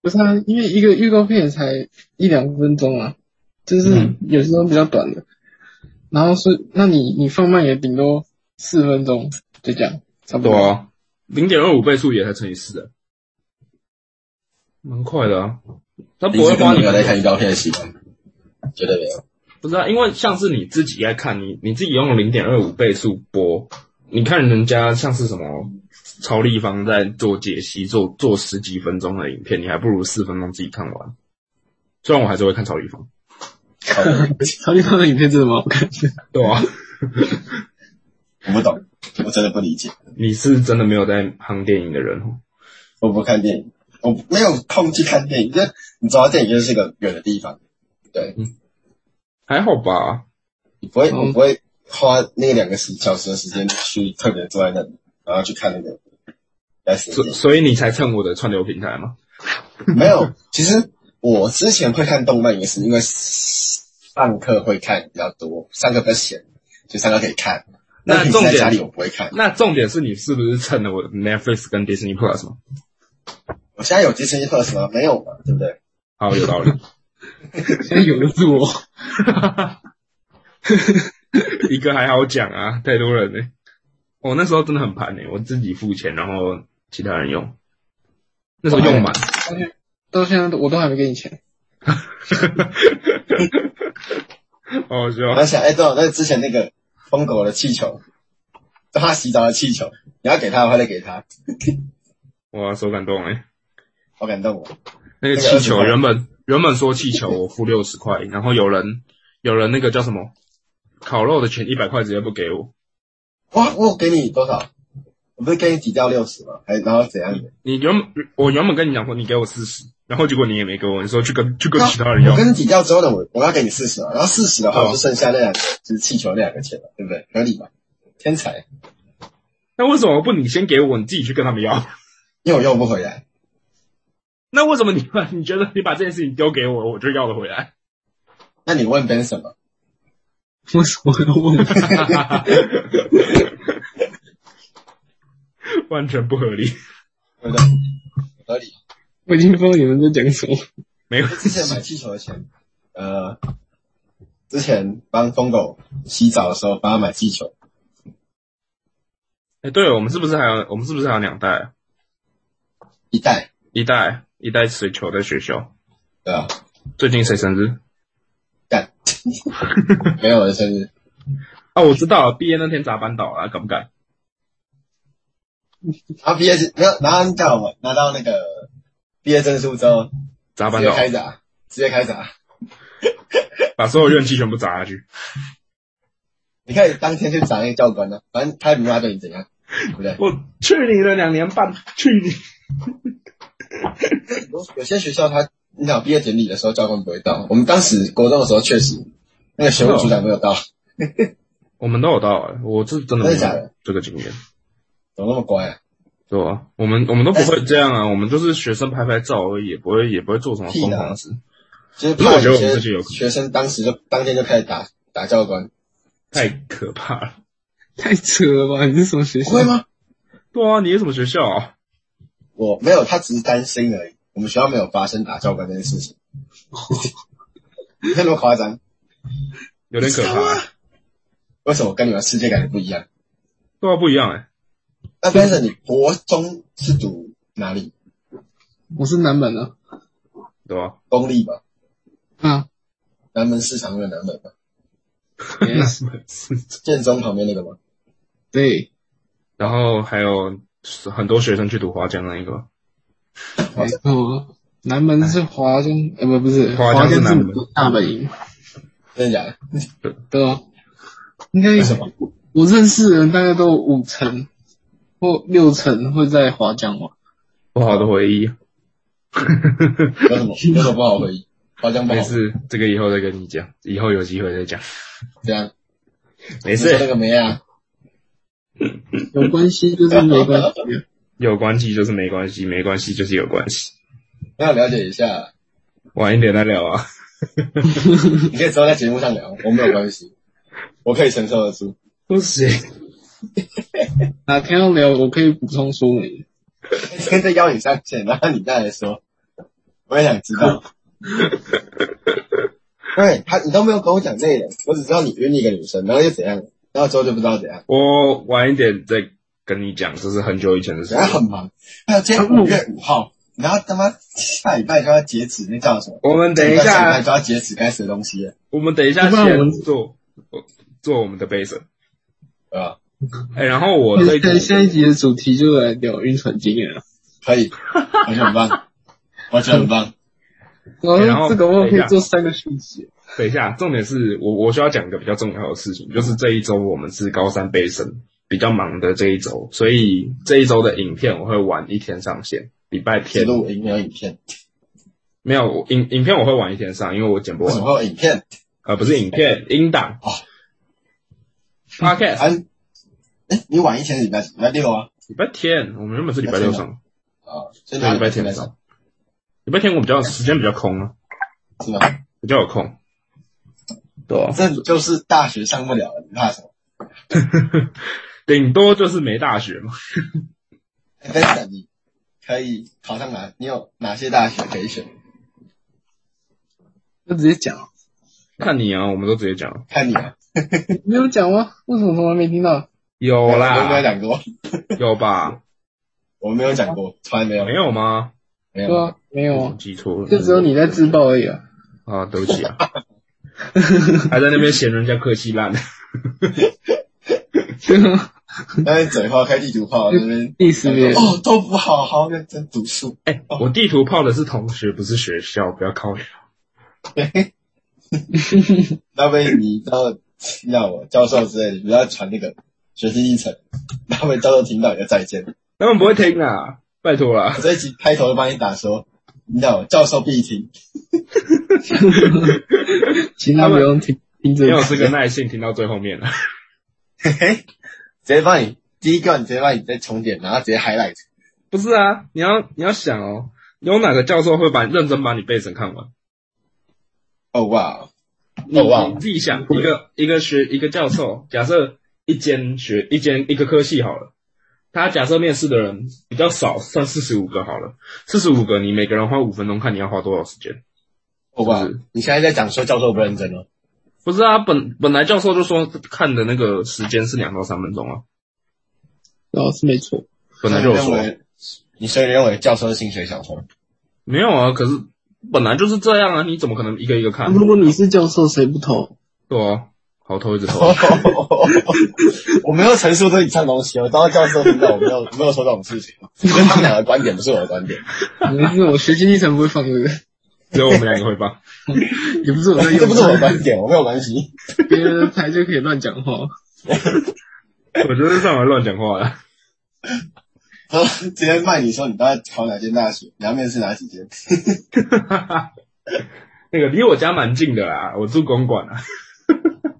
C: 不是啊，因为一个预告片也才一两分钟啊，就是
A: 嗯
C: 有时候比较短的。然后是，那你你放慢也顶多四分钟，就这样，差不
A: 对
C: 多。
A: 啊，零点二五倍数也才乘以四，蛮快的啊。他不
B: 你
A: 会
B: 是根
A: 花你
B: 本没有在
A: 很
B: 看
A: 久，
B: 预告片的习惯，绝对没
A: <laughs>
B: 有。
A: 不是啊，因为像是你自己在看，你你自己用零点二五倍速播，你看人家像是什么超立方在做解析，做做十几分钟的影片，你还不如四分钟自己看完。虽然我还是会看超立方，
B: 好的
C: 超级棒的影片真的蛮好看的。
A: 对啊，
B: 我不懂，我真的不理解。
A: 你是真的没有在行电影的人哦。
B: 我不看电影，我没有空去看电影。就你走到电影院是个远的地方，对
A: 嗯还好吧，
B: 你不会，
C: 嗯
B: 我不会花那个两个时小时的时间去特别坐在那里，然后去看那个。来死
A: 所
B: 电影
A: 所以你才蹭我的串流平台嘛？
B: 没有，其实我之前会看动漫也是因为上课会看比较多，上课比较闲，所以上课可以看。
A: 那
B: 平时
A: 重
B: 在
A: 点
B: 家里我不会看，
A: 那重点是你是不是蹭了我的 Netflix 跟 Disney Plus 吗？
B: 我现在有 Disney Plus 吗？没有嘛，对不对？
A: 好，有道理。
C: 现在有的是 <laughs> 我，
A: <laughs> 一个还好讲啊，太多人呢、我那时候真的很盘呢、我自己付钱，然后其他人用，那时候用满。
C: 到现在都我都还没给你钱。
A: <laughs> 好好笑
B: 我，在想，哎、对哦，那之前那个疯狗的气球，他洗澡的气球，你要给他的话再给他，
A: 哇，手感动哎、
B: 好感动哦。
A: 那个气球原本原本说气球我付六十块，然后有人有人那个叫什么烤肉的钱一百块直接不给我，
B: 哇，我有给你多少？我不是给你抵掉六十吗？还然后怎样的？
A: 你原本我原本跟你讲说你给我四十，然后结果你也没给我，你说去跟去跟其他人要
B: 我，跟你抵掉之后呢，我我要给你四十啊嘛，然后四十的话
A: 哦
B: 我就剩下那两个就是气球那两个钱了，对不对？合理吧？天才，
A: 那为什么不你先给我，你自己去跟他们要？
B: 因为我用不回来，
A: 那为什么你把你觉得你把这件事情丢给我，我就要得回来？ <laughs>
B: 那你问 Ben 什么？
C: 为什么要问我？
A: 完全不合理，啊
B: 对不对？合理。
C: <laughs> 我已经不知道你们在讲什么。
A: 没有
B: 之前买气球的钱，呃，之前帮疯狗洗澡的时候帮他买气球，
A: 哎，对了，我们是不是还有我们是不是还有两袋？
B: 一袋，
A: 一袋一袋水球在学校，
B: 对吧、
A: 最近谁生日？
B: 干， <laughs> 没有我的生日，
A: 啊，我知道了，毕业那天砸班倒了，敢不敢？
B: 然后毕业证没有，然后叫我们拿到那个毕业证书之后，
A: 砸
B: 直
A: 班
B: 接
A: 倒，
B: 开闸，直接开啊闸，
A: 把所有怨气全部砸下去。
B: 你可以当天去找那个教官呢、啊反正他也没办法对你怎样，对不对？
A: 我去你的两年半，去你！
B: 有些学校他，你想毕业典礼的时候教官不会到，我们当时国中的时候确实那个学务组长没有到，
A: 我们都有到、欸，我是真的没
B: 真的假的
A: 有这个经验，
B: 怎么那么乖啊？
A: 对吧、我们我们都不会这样啊，我们就是学生拍拍照而已，也不会也不会做什么疯狂的事。
B: 就是
A: 不是
B: 怕
A: 我觉得
B: 有
A: 我们
B: 些
A: 自己有
B: 学生当时就当天就开始打打教官，
A: 太可怕了。
C: 太扯了吧！你是什么学校？
B: 会吗？
A: 对啊，你是什么学校啊？
B: 我没有，他只是担心而已。我们学校没有发生打教官这件事情，你看那么夸张？
A: 有点可怕、欸。
B: 为什么跟你们世界感觉不一样？
A: 对啊，不一样哎、
B: 那 b e n s o 你国中是读哪里？
C: 我是南门啊的
A: 对吧、
B: 公立吧，
C: 啊。
B: 南门市场那个南门吧，
C: Yes，
B: 建中旁边那个吗？
C: 对，
A: <laughs> 然后还有很多学生去读华江那一个，
C: 没错。哎南门是华中，呃，不，不是
A: 华江是
C: 江
A: 南门
C: 我的大本营，
B: 真的假的？
C: 对吧？应该
B: 为什么？
C: 我认识的人大概都有五成或六成会在华江吧。
A: 不好的回忆。
B: 有什么有什么不好回忆？好像不好
A: 没，事，这个以后再跟你讲，以后有机会再讲。
B: 这样
A: 没
B: 你说那
A: 事，
B: 个没啊？
C: 有关系就是没关系啊，
A: 有关系就是没关系，没关系就是有关系。
B: 那要了解一下，
A: 晚一点再聊啊。
B: 你可以之后在节目上聊，我没有关系，我可以承受得住。
A: 不行，
C: 哪天要聊我可以补充说明。
B: 现在邀你上线，然后你再来说，我也想知
A: <laughs>
B: 道。对他，你都没有跟我讲这个，我只知道你晕一个女生，然后又怎样，然后之后就不知道怎样。
A: 我晚一点再跟你讲，这是很久以前的事
B: 人家
A: 情。
B: 很忙，还有今天五月五号，然后他妈下礼拜就要截止，那叫什么？
A: 我们等一
B: 下礼
A: 下，
B: 拜就要截止该死的东西了，
A: 我们等一下
C: 不然我
A: 先
C: 们
A: 做做我们的 base。
B: 对吧？
A: 哎、然后我最近
C: 那下一集的主题就来聊晕船经验了。啊
B: 可以，我觉得很
A: <laughs>
B: 棒，我觉得很棒。
A: 然后
C: 哦，这个我
A: 等
C: 可
A: 一
C: 以
A: 下
C: 做三个续集。
A: 等一下，重点是我我需要讲一个比较重要的事情，就是这一周我们是高三备审，比较忙的这一周，所以这一周的影片我会晚一天上线，礼拜
B: 只
A: 天
B: 录音没有影片，
A: 没有我影影片我会晚一天上，因为我剪不
B: 为
A: 完
B: 什，么会有影片？
A: 呃，不是影片，音档
B: 哦
A: ，podcast，
B: 反正，哎，你晚一天是礼拜礼拜六啊？
A: 礼拜天，我们原本是礼拜六上，
B: 啊，所以
A: 对，
B: 哪
A: 礼拜天
B: 来
A: 上，礼拜天我比较时间比较空啊，
B: 是吧？
A: 比较有空， <laughs> 对啊，
B: 这就是大学上不了了，你怕什么？
A: 顶多就是没大学嘛，
B: 哎但是你可以考上哪？你有哪些大学可以选？
C: 就直接讲，啊
A: 看你啊，我们都直接讲了，
B: 看你啊，
C: 没有讲吗？为什么从来没听到？
A: 有
B: 我们没有
A: 啦，
B: 讲过，
A: 有吧？
B: 我们没有讲过，从来哦没有，
A: 没有吗？
B: 没
C: 对
B: 有。
C: 啊，没有
A: 我
C: 啊，
A: 记错了，
C: 就只有你在自爆而已啊。 <laughs>
A: 啊，对不起啊， <laughs> 还在那边嫌人家客气烂，
B: 但是嘴炮开地图炮，那边
C: 第十遍，
B: 哦都不好好认真读书，
A: 我地图炮的是同学，不是学校，不要靠我。
B: 那被你知道听到我教授之类的，不要传那个学习历程，那被教授听到也再见。
A: 他们不会听啊，拜托啦。
B: 这一集开头就帮你打说，你知道教授必听，
C: 请他不用听听这
A: 没有
C: 个。
A: 这个耐性听到最后面了。
B: 嘿嘿，直接帮你第一段直接帮你再重点，然后直接 highlight。
A: 不是啊，你要你要想哦，有哪个教授会把认真把你背审看完？
B: 哦哇，
A: 你
B: 哦哇
A: 你自己想，一个一个学一个教授，假设一间学一间一个科系好了，他假设面试的人比较少，算四十五个好了，四十五个你每个人花五分钟，看你要花多少时间。
B: 哦哇
A: 是，
B: 你现在在讲说教授不认真哦，
A: 不是啊，本本来教授就说看的那个时间是两到三分钟啊，
C: 哦，是没错。
A: 本来就有
B: 认
A: 说
B: 为你所以认为教授是薪水小偷， <laughs>
A: 没有啊，可是本来就是这样啊，你怎么可能一个一个看？
C: 如果你是教授，谁不 <laughs> 投？
A: 对啊，好偷一直偷
B: 哦，我没有陈述这以上东西，我当教授听到我没有没有说这种事情，因为他们两个观点不是我的观点，
C: 没事，我学习历程不会放这个，
A: 只有我们两个会吧？ <laughs>
C: 也不是我在
B: <laughs>
C: 用，
B: 这不是我的观点，我没有关 <laughs> 系。
C: <laughs> 别人的牌就可以乱讲话。
A: 我觉得上来乱讲话啊了。
B: 说直接卖你说你大概考哪间大学，你要面试哪几间，
A: <laughs> 那个离我家蛮近的啦，我住公馆啊。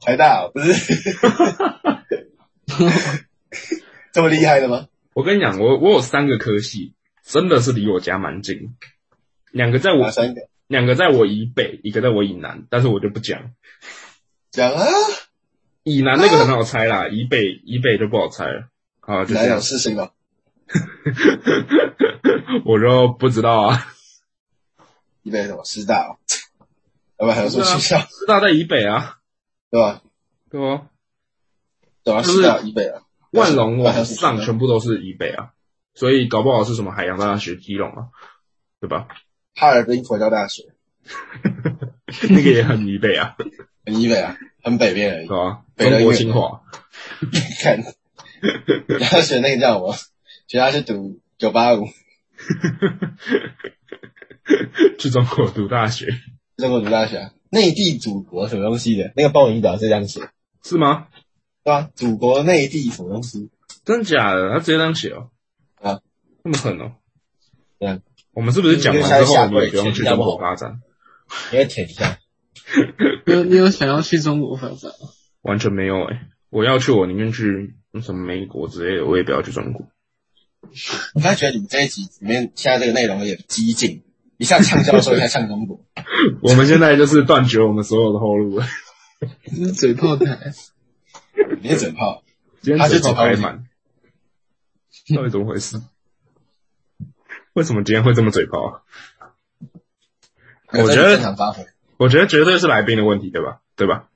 B: 台大哦不是 <laughs> 这么厉害的吗？
A: 我跟你讲，我我有三个科系，真的是离我家蛮近，两个在我
B: 哪三个？
A: 两个在我以北，一个在我以南，但是我就不讲。
B: 讲啊，
A: 以南那个很好猜啦，以北以北就不好猜了。好，就这
B: 哪
A: 样
B: 有。事情啊？
A: 我就不知道啊， <laughs>
B: 你北什么师大哦， <laughs> 要不然还有什么学校 <laughs>
A: 师大在以北啊，
B: 对吧？
A: 对吧？
B: 对吧？
A: 就是
B: 师大以北啊，
A: 万隆往上
B: 全
A: 全部都是以北啊，所以搞不好是什么海洋大学、基隆啊，对吧？ <laughs>
B: 哈尔滨佛教大学
A: 那个也很以北啊，
B: 很以北啊，很北边而已
A: 对。吧？
B: 北
A: 中
B: 的
A: 国清华，
B: <laughs> 看，他选那个叫什么？学他去读九八五，
A: 去中国读大学
B: 中国读大学啊，内地祖国什么东西的？那个报名表是这样写，
A: 是吗？
B: 对吧、祖国内地什么东西？
A: 真假的？他直接这样写哦，
B: 啊，
A: 那么狠哦。
B: 对啊
A: 我们是不是讲完之后，我们也不用去中
B: 就是下跪
A: 国发展？
B: 你要舔一下。
C: 你有你有想要去中国发展吗？
A: 完全没有哎、我要去，我宁愿去嗯什么美国之类的，我也不要去中国。 <laughs>
B: 我刚才觉得你们这一集里面现在这个内容有点激进，一下呛教授，一下呛中国。
A: 我们现在就是断绝我们所有的后路了。 <laughs>
C: 这是嘴炮台， <laughs>
B: 你是嘴炮，
A: 今天
B: 他
A: 嘴
B: 是
A: 炮开满，到底怎么回事？为什么今天会这么嘴炮啊？我觉得
B: 正常发挥。
A: 我觉得绝对是来宾的问题，对吧？对吧？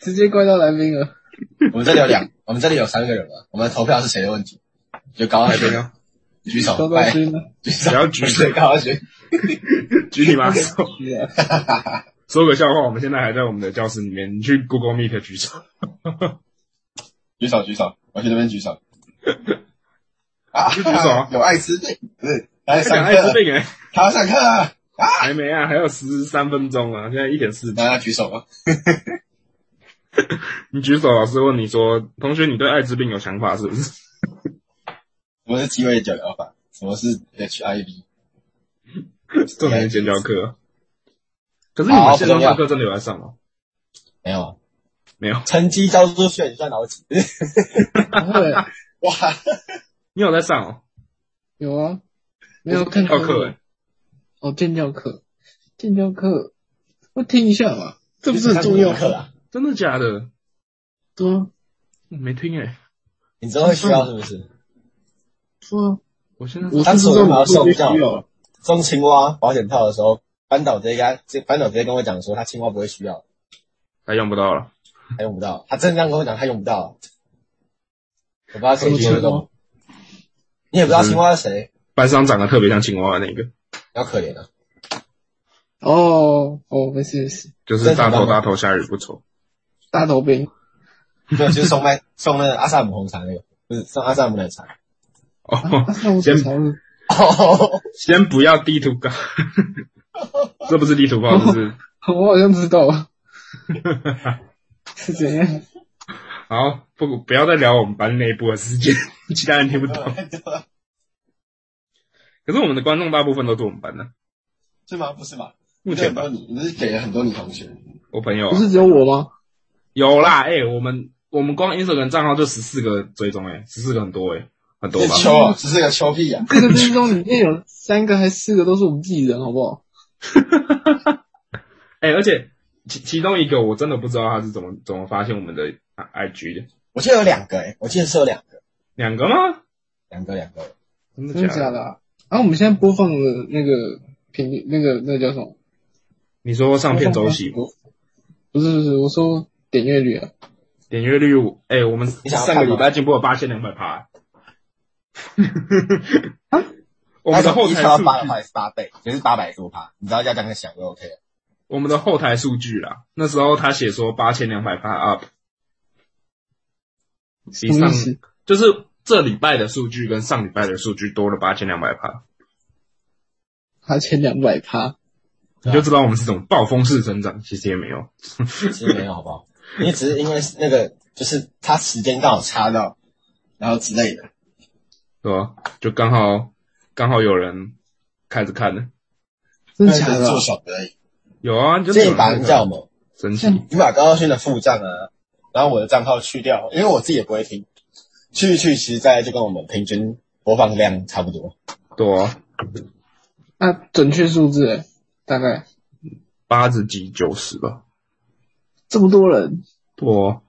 C: 直接怪到来宾了。
B: 我们这里有两，我们这里有三个人啊嘛，我们投票是谁的问题？就高二
A: 海
B: 轩
A: 边，啊，
B: 举
C: 高
B: 手，
C: 高
B: 拜，
C: 轩呢？
B: 举手，
A: 不要举手
B: 对高二轩，
A: 举你妈手！
C: 是啊
A: 说个笑话，我们现在还在我们的教室里面，你去 Google Meet 举
B: <laughs>
A: 手。
B: 举手，举手，我去那边举手。啊，
A: 就举手啊
B: <laughs> 有艾滋病，不是，来
A: 讲
B: 上
A: 艾滋
B: 课，啊
A: 病哎、
B: 他要上课啊，
A: 还没啊，还有十三分钟啊，现在一点四
B: 然后要举手啊吗？
A: 你举手，老师问你说：“同学，你对艾滋病有想法是不是 <laughs>
B: 什么是鸡尾酒疗法？什么是 HIV？？”
A: 这种是尖叫课。可是你们线上上课真的有在上吗？
B: 没有，啊
A: 没有，
B: 成绩交出去你算老几？
C: 不会
B: 哇，
A: 你有在上哦。
C: <laughs> 有啊，没有看
A: 教课、欸，
C: 哦，建教课，建教课，我听一下嘛，这不是很重要
B: <laughs> 课？啊？
A: 真的假的？
C: 对啊，
A: 我没听哎、
B: 你之后会需要是不是？
C: 对啊，
A: 我现在
C: 我
B: 当
C: 是
B: 时
C: 知
B: 我就把它
C: 道你会
B: 送
C: 不
B: 掉
C: 需要，
B: 种青蛙保险套的时候，班导直接跟他，这班导直接跟我讲说他青蛙不会需要，
A: 还用不到了。
B: 他用不到。他真的这样跟我讲，他用不到。我不知道谁
C: 什
B: 用得
C: 么青蛙
B: 动，你也不知道青蛙是谁，
A: 班上长得特别像青蛙的那个，
B: 比较可怜啊。
C: 哦哦，没事没事，
A: 就是大头大头下雨不愁。
C: 大头兵，
B: <laughs> 没有，就是送麦送那个阿萨姆红茶那个，不是送阿萨姆奶茶。
A: 哦， <laughs>
C: 啊那我
A: 先
C: 怎么了？
B: <laughs> 哦，
A: 先不要地图稿， <laughs> 这不是地图炮，这是
C: 我好像知道
A: <laughs>
C: 啊，是怎样？
A: 好不不要再聊我们班内部的事情，其他人听不懂。可是我们的观众大部分都是我们班的，
B: 是吗？不是吧？
A: 目前
B: 很
A: 吧
B: 多，你，你是给了很多女同学。
A: 我朋友、啊
C: 不、是只有
A: <laughs>
C: 我吗？
A: 有啦，哎、我们我们光 Instagram 账号就十四个追踪、哎，十四个很多、哎，很多
B: 是
A: 吧？
B: 秋啊，只是个秋屁呀、
C: 这个之中里面有三个还是四个都是我们自己人，好不好？
A: 哎、而且其其中一个我真的不知道他是怎么怎么发现我们的 I- IG 的，
B: 我记得有两个诶、欸我记得是有两个，
A: 两个吗？
B: 两个两个。
A: 真的
C: 真的
A: 假
C: 假的啊？然后我们现在播放的那个频率，那个那个叫什么？
A: 你说上片周期，
C: 不是不是，我说点阅率啊，
A: 点阅率，哎、我们
B: 你想要
A: 上个礼拜进步了八千两百趴。我们的后
B: 一
A: 台
B: 条
A: 数
B: 八百
A: 据，
B: 块是八倍，也是八百多趴，你知道要这样想就 OK 了。
A: 我们的后台数据啦。那时候他写说八千两百趴 up，
C: 什
A: 比
C: 么
A: 上
C: 意思？
A: 就是这礼拜的数据跟上礼拜的数据多了八千两百趴，
C: 他前两百趴，
A: 你就知道我们是种暴风式成长。其实也没有，
B: 其实没有，好不好？你只是因为那个，就是他时间刚好插到，然后之类的。
A: 对吧？就刚好刚好有人开始看了，
C: 真的假
B: 就是
C: 的啊
B: 做？爽而已。
A: 有啊，就是
B: 所以
A: 有
B: 你把人叫我
A: 看神
B: 们，
A: 奇。
B: 你把高浩勋的副账啊，然后我的账号去掉，因为我自己也不会听，去一去，其实大概就跟我们平均播放量差不多，
A: 对啊，
C: 那啊准确数字欸大概
A: 八十几九十吧，
C: 这么多人，
A: 对啊。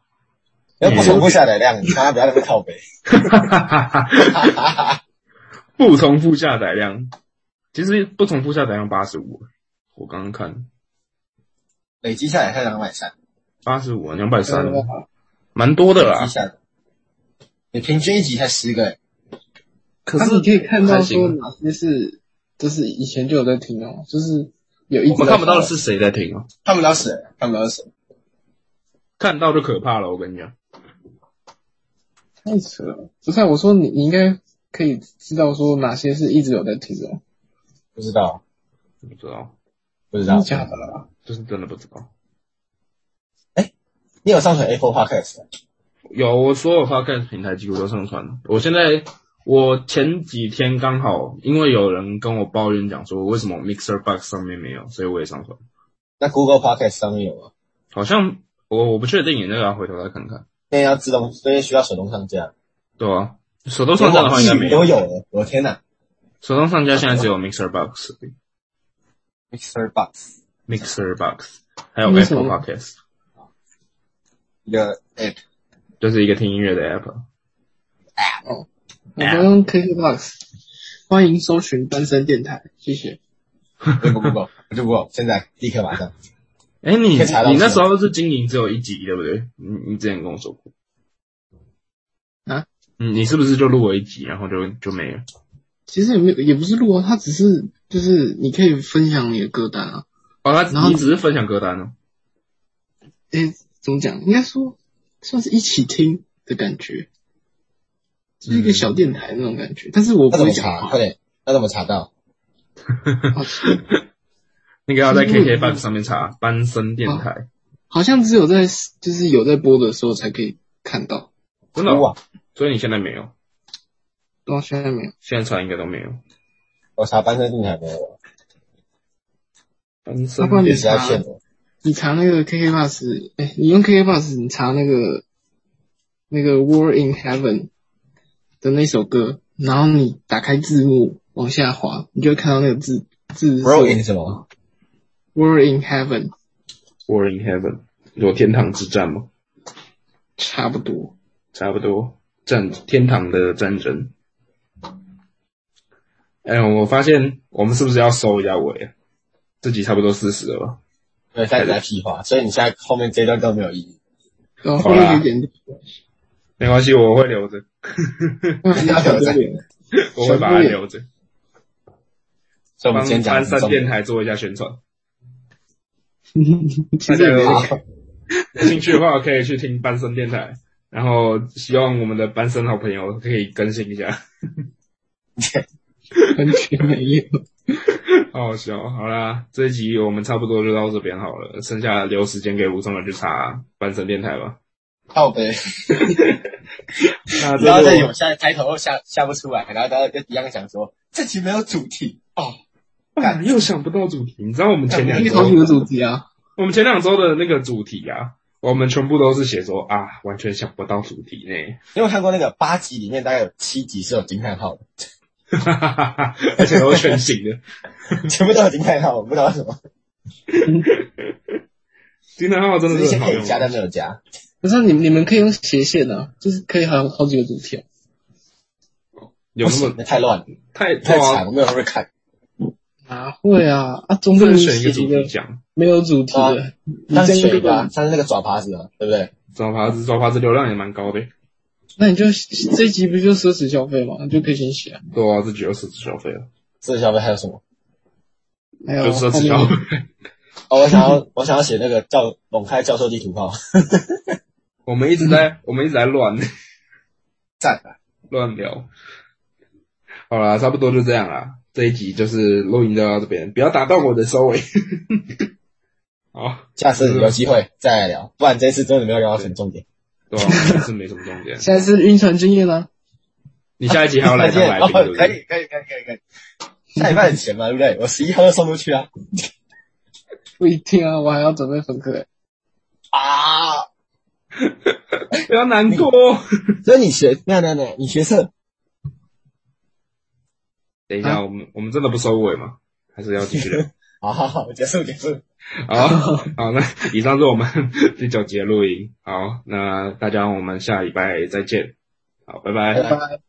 B: 要不重复下载
A: 嗯
B: 量，你他妈不要那么靠北。
A: 不重复下载量，其实不重复下载量八十五，我刚刚看
B: 累积下来才两百三，
A: 八十五啊两百三
C: 没，有办法
A: 蛮多的
B: 累
A: 啦
B: 积。下来，你平均一集才十个、欸，
A: 可
C: 那
A: 是
C: 你可以看到
A: 还
C: 说
A: 行啊
C: 哪些是，就是以前就有在听哦，就是有一直
A: 我们看不到
C: 的
A: 的是谁在听啊，
B: 看不到谁，看不到谁。
A: 看到就可怕了。我跟你讲，
C: 太扯了。不是啊、我说你，你应该可以知道说哪些是一直有在听
A: 啊
C: 的哦，
B: 不知道，
A: 不知道，
B: 不知
C: 真
B: 道
C: 的。假的啦？
A: 就是真的不知道。
B: 你有上传 Apple Podcast？吗
A: 有我所有 podcast 平台几乎都上传了。我现在我前几天刚好因为有人跟我抱怨讲说为什么 Mixer Box 上面没有，所以我也上传。
B: 那 Google Podcast 上面有吗？
A: 好像我我不确定，你那个要回头再看看。
B: 那要自动，所以需要手动上架。
A: 对啊，手动上架的话应该没有
B: 都。有了，我的天哪
A: 手动上架现在只有 Mixer Box、
B: ！Mixer Box
A: Mixer Box，还有
C: 为什
A: Apple
C: 么
A: Podcast，
B: 一个 App，
A: 就是一个听音乐的 App。
C: 我们用 KKBOX，欢迎搜寻单身电台，谢谢。
B: 不不不不，不就不，现在立刻马上。
A: 哎，你
B: 可以查到
A: 你那
B: 什么
A: 时候是经营只有一集，对不对？你你之前跟我说过，
C: 啊
A: 嗯，你是不是就录了一集，然后就就没了？
C: 其实也没有，也不是录啊，它只是就是你可以分享你的歌单啊。
A: 哦，
C: 然
A: 他
C: 后
A: 你只是分享歌单哦。
C: 诶，怎么讲？应该说算是一起听的感觉，就是一
A: 嗯
C: 个小电台那种感觉。但是我
B: 那
C: 不啊
B: 怎么
C: 会讲
B: 查？
C: 话
B: 快。点，那怎么查到？
C: 好 <laughs> 像
A: 那个要在
C: 其实我
A: KK Box 上面查班森电
C: 哦
A: 台，
C: 好像只有在就是有在播的时候才可以看到，
A: 真的哦、
B: 哇，
A: 所以你现在没有，
C: 到现在没有。
A: 现在查应该都没有。
B: 我查班车电台没有，
A: 班
C: 那
A: 森
C: 不然
B: 也
C: 你
B: 是在
C: 查
B: 骗我。
C: 你查那个 KK Bus，哎、你用 KK Bus，你查那个那个《War in Heaven》的那首歌，然后你打开字幕往下滑，你就会看到那个字字
B: Bro in 什么？
C: War in Heaven》
A: War in Heaven 有天堂之战吗？
C: 差不多。
A: 差不多战天堂的战争。哎、我发现我们是不是要收一下尾啊？这集差不多四十了吧？
B: 对，他一直在屁话，所以你现在后面这一段更没有意义。
C: 然后
A: 好
C: 后
A: 啦
C: 面有点
A: 没关系，我会留着，
B: 要
C: 小
B: 留着
C: 不点，
A: 我会把它留着，
B: 所以
A: 帮
B: 我们今天讲
A: 翻
B: 什
A: 山
B: 么
A: 电台做一下宣传。<laughs>
C: 其
A: 大
C: 实
A: 家
C: 也没
A: 有
B: <laughs>
C: 有
A: 有兴趣的话，可以去听班森电台。然后希望我们的班森好朋友可以更新一下， <laughs>
C: 完全没有。
A: 好好笑哦。好啦，这一集我们差不多就到这边好了，剩下留时间给吴宗仁去查班森电台吧。
B: 靠背，
A: 那这
B: 然后
A: 是
B: 再
A: 我 <laughs>
B: 有下抬头又下下不出来，然后大家就一样想说这集没有主题哦，
A: 啊，又想不到主题。你知道我们前 <laughs> 两
C: 一个 <laughs>
A: 周，
C: 同学的主题啊，
A: <laughs> 我们前两周的那个主题啊，我们全部都是写说啊，完全想不到主题呢， <laughs>
B: 你有看过那个八集里面大概有七集是有惊叹号的， <laughs>
A: 哈哈哈哈，而且都是全新的。
B: 全部都有惊叹号，我不知道为什么，
A: 金叹号真
B: 只
A: 的
B: 是一
A: 是
B: 些
A: 很好
B: <laughs> 可
A: 用
B: 以加但没有加。
C: 不是你们你们可以用斜线啊，就是可以好好几个主题啊。
A: 有那
B: 不行，
A: 么啊
B: 那太乱了，
A: 太
B: 太
A: 哇
B: 长，我没有人会看。
C: 哪会啊？啊，总
A: 不
C: 不能
A: 能选一个
C: 写
A: 主
C: 一个
A: 题讲。
C: 没有主题的，你
B: 但是
C: 这
B: 水
C: 个
A: 啊
B: 吧，像是那个爪耙子嘛，对不对？
A: 抓耙子，抓耙子流量也蛮高的。
C: 那你就这一集不就奢侈消费嘛，你就可以先写啊。
A: 对啊，这只有奢侈消费了，
B: 这个消费还有什么？
C: 还
B: 啊
A: 就
C: 有
A: 奢侈消
C: 后
A: 费
C: 面。
B: 哦，我想要 <laughs> 我想要写那个教猛开教授地图炮，
A: <laughs> 我们一直在，我们一直在乱
B: 赞啊！
A: 乱聊。好啦，差不多就这样啦。这一集就是录音就到这边，不要打断我的收尾。 <laughs> 好。
B: 下
A: 嗯
B: 次有机会再来聊，不然这次真的没有聊到什么重点。
A: 对啊，是没什么重
B: <laughs>
A: 点。
C: 现在是晕船经验啊，
A: 你下一集还要来当来
B: <laughs> 哦
A: 宾，对不
B: 可以
A: 对？
B: 可以可以可以可以。下礼拜很闲嘛，对不对？我十一号就送出去啊
C: 不一定啊，我还要准备分科欸。
B: 啊！
A: 不要难过。
B: 所以你学那那那，你学测
A: 等一下，我们我们真的不收尾吗？还是要继续聊？
B: <laughs> 好好好，结束结束，
A: <laughs> 好好，那以上是我们第九集的录音。好，那大家我们下礼拜再见。好，拜拜
B: 拜拜。
C: 拜。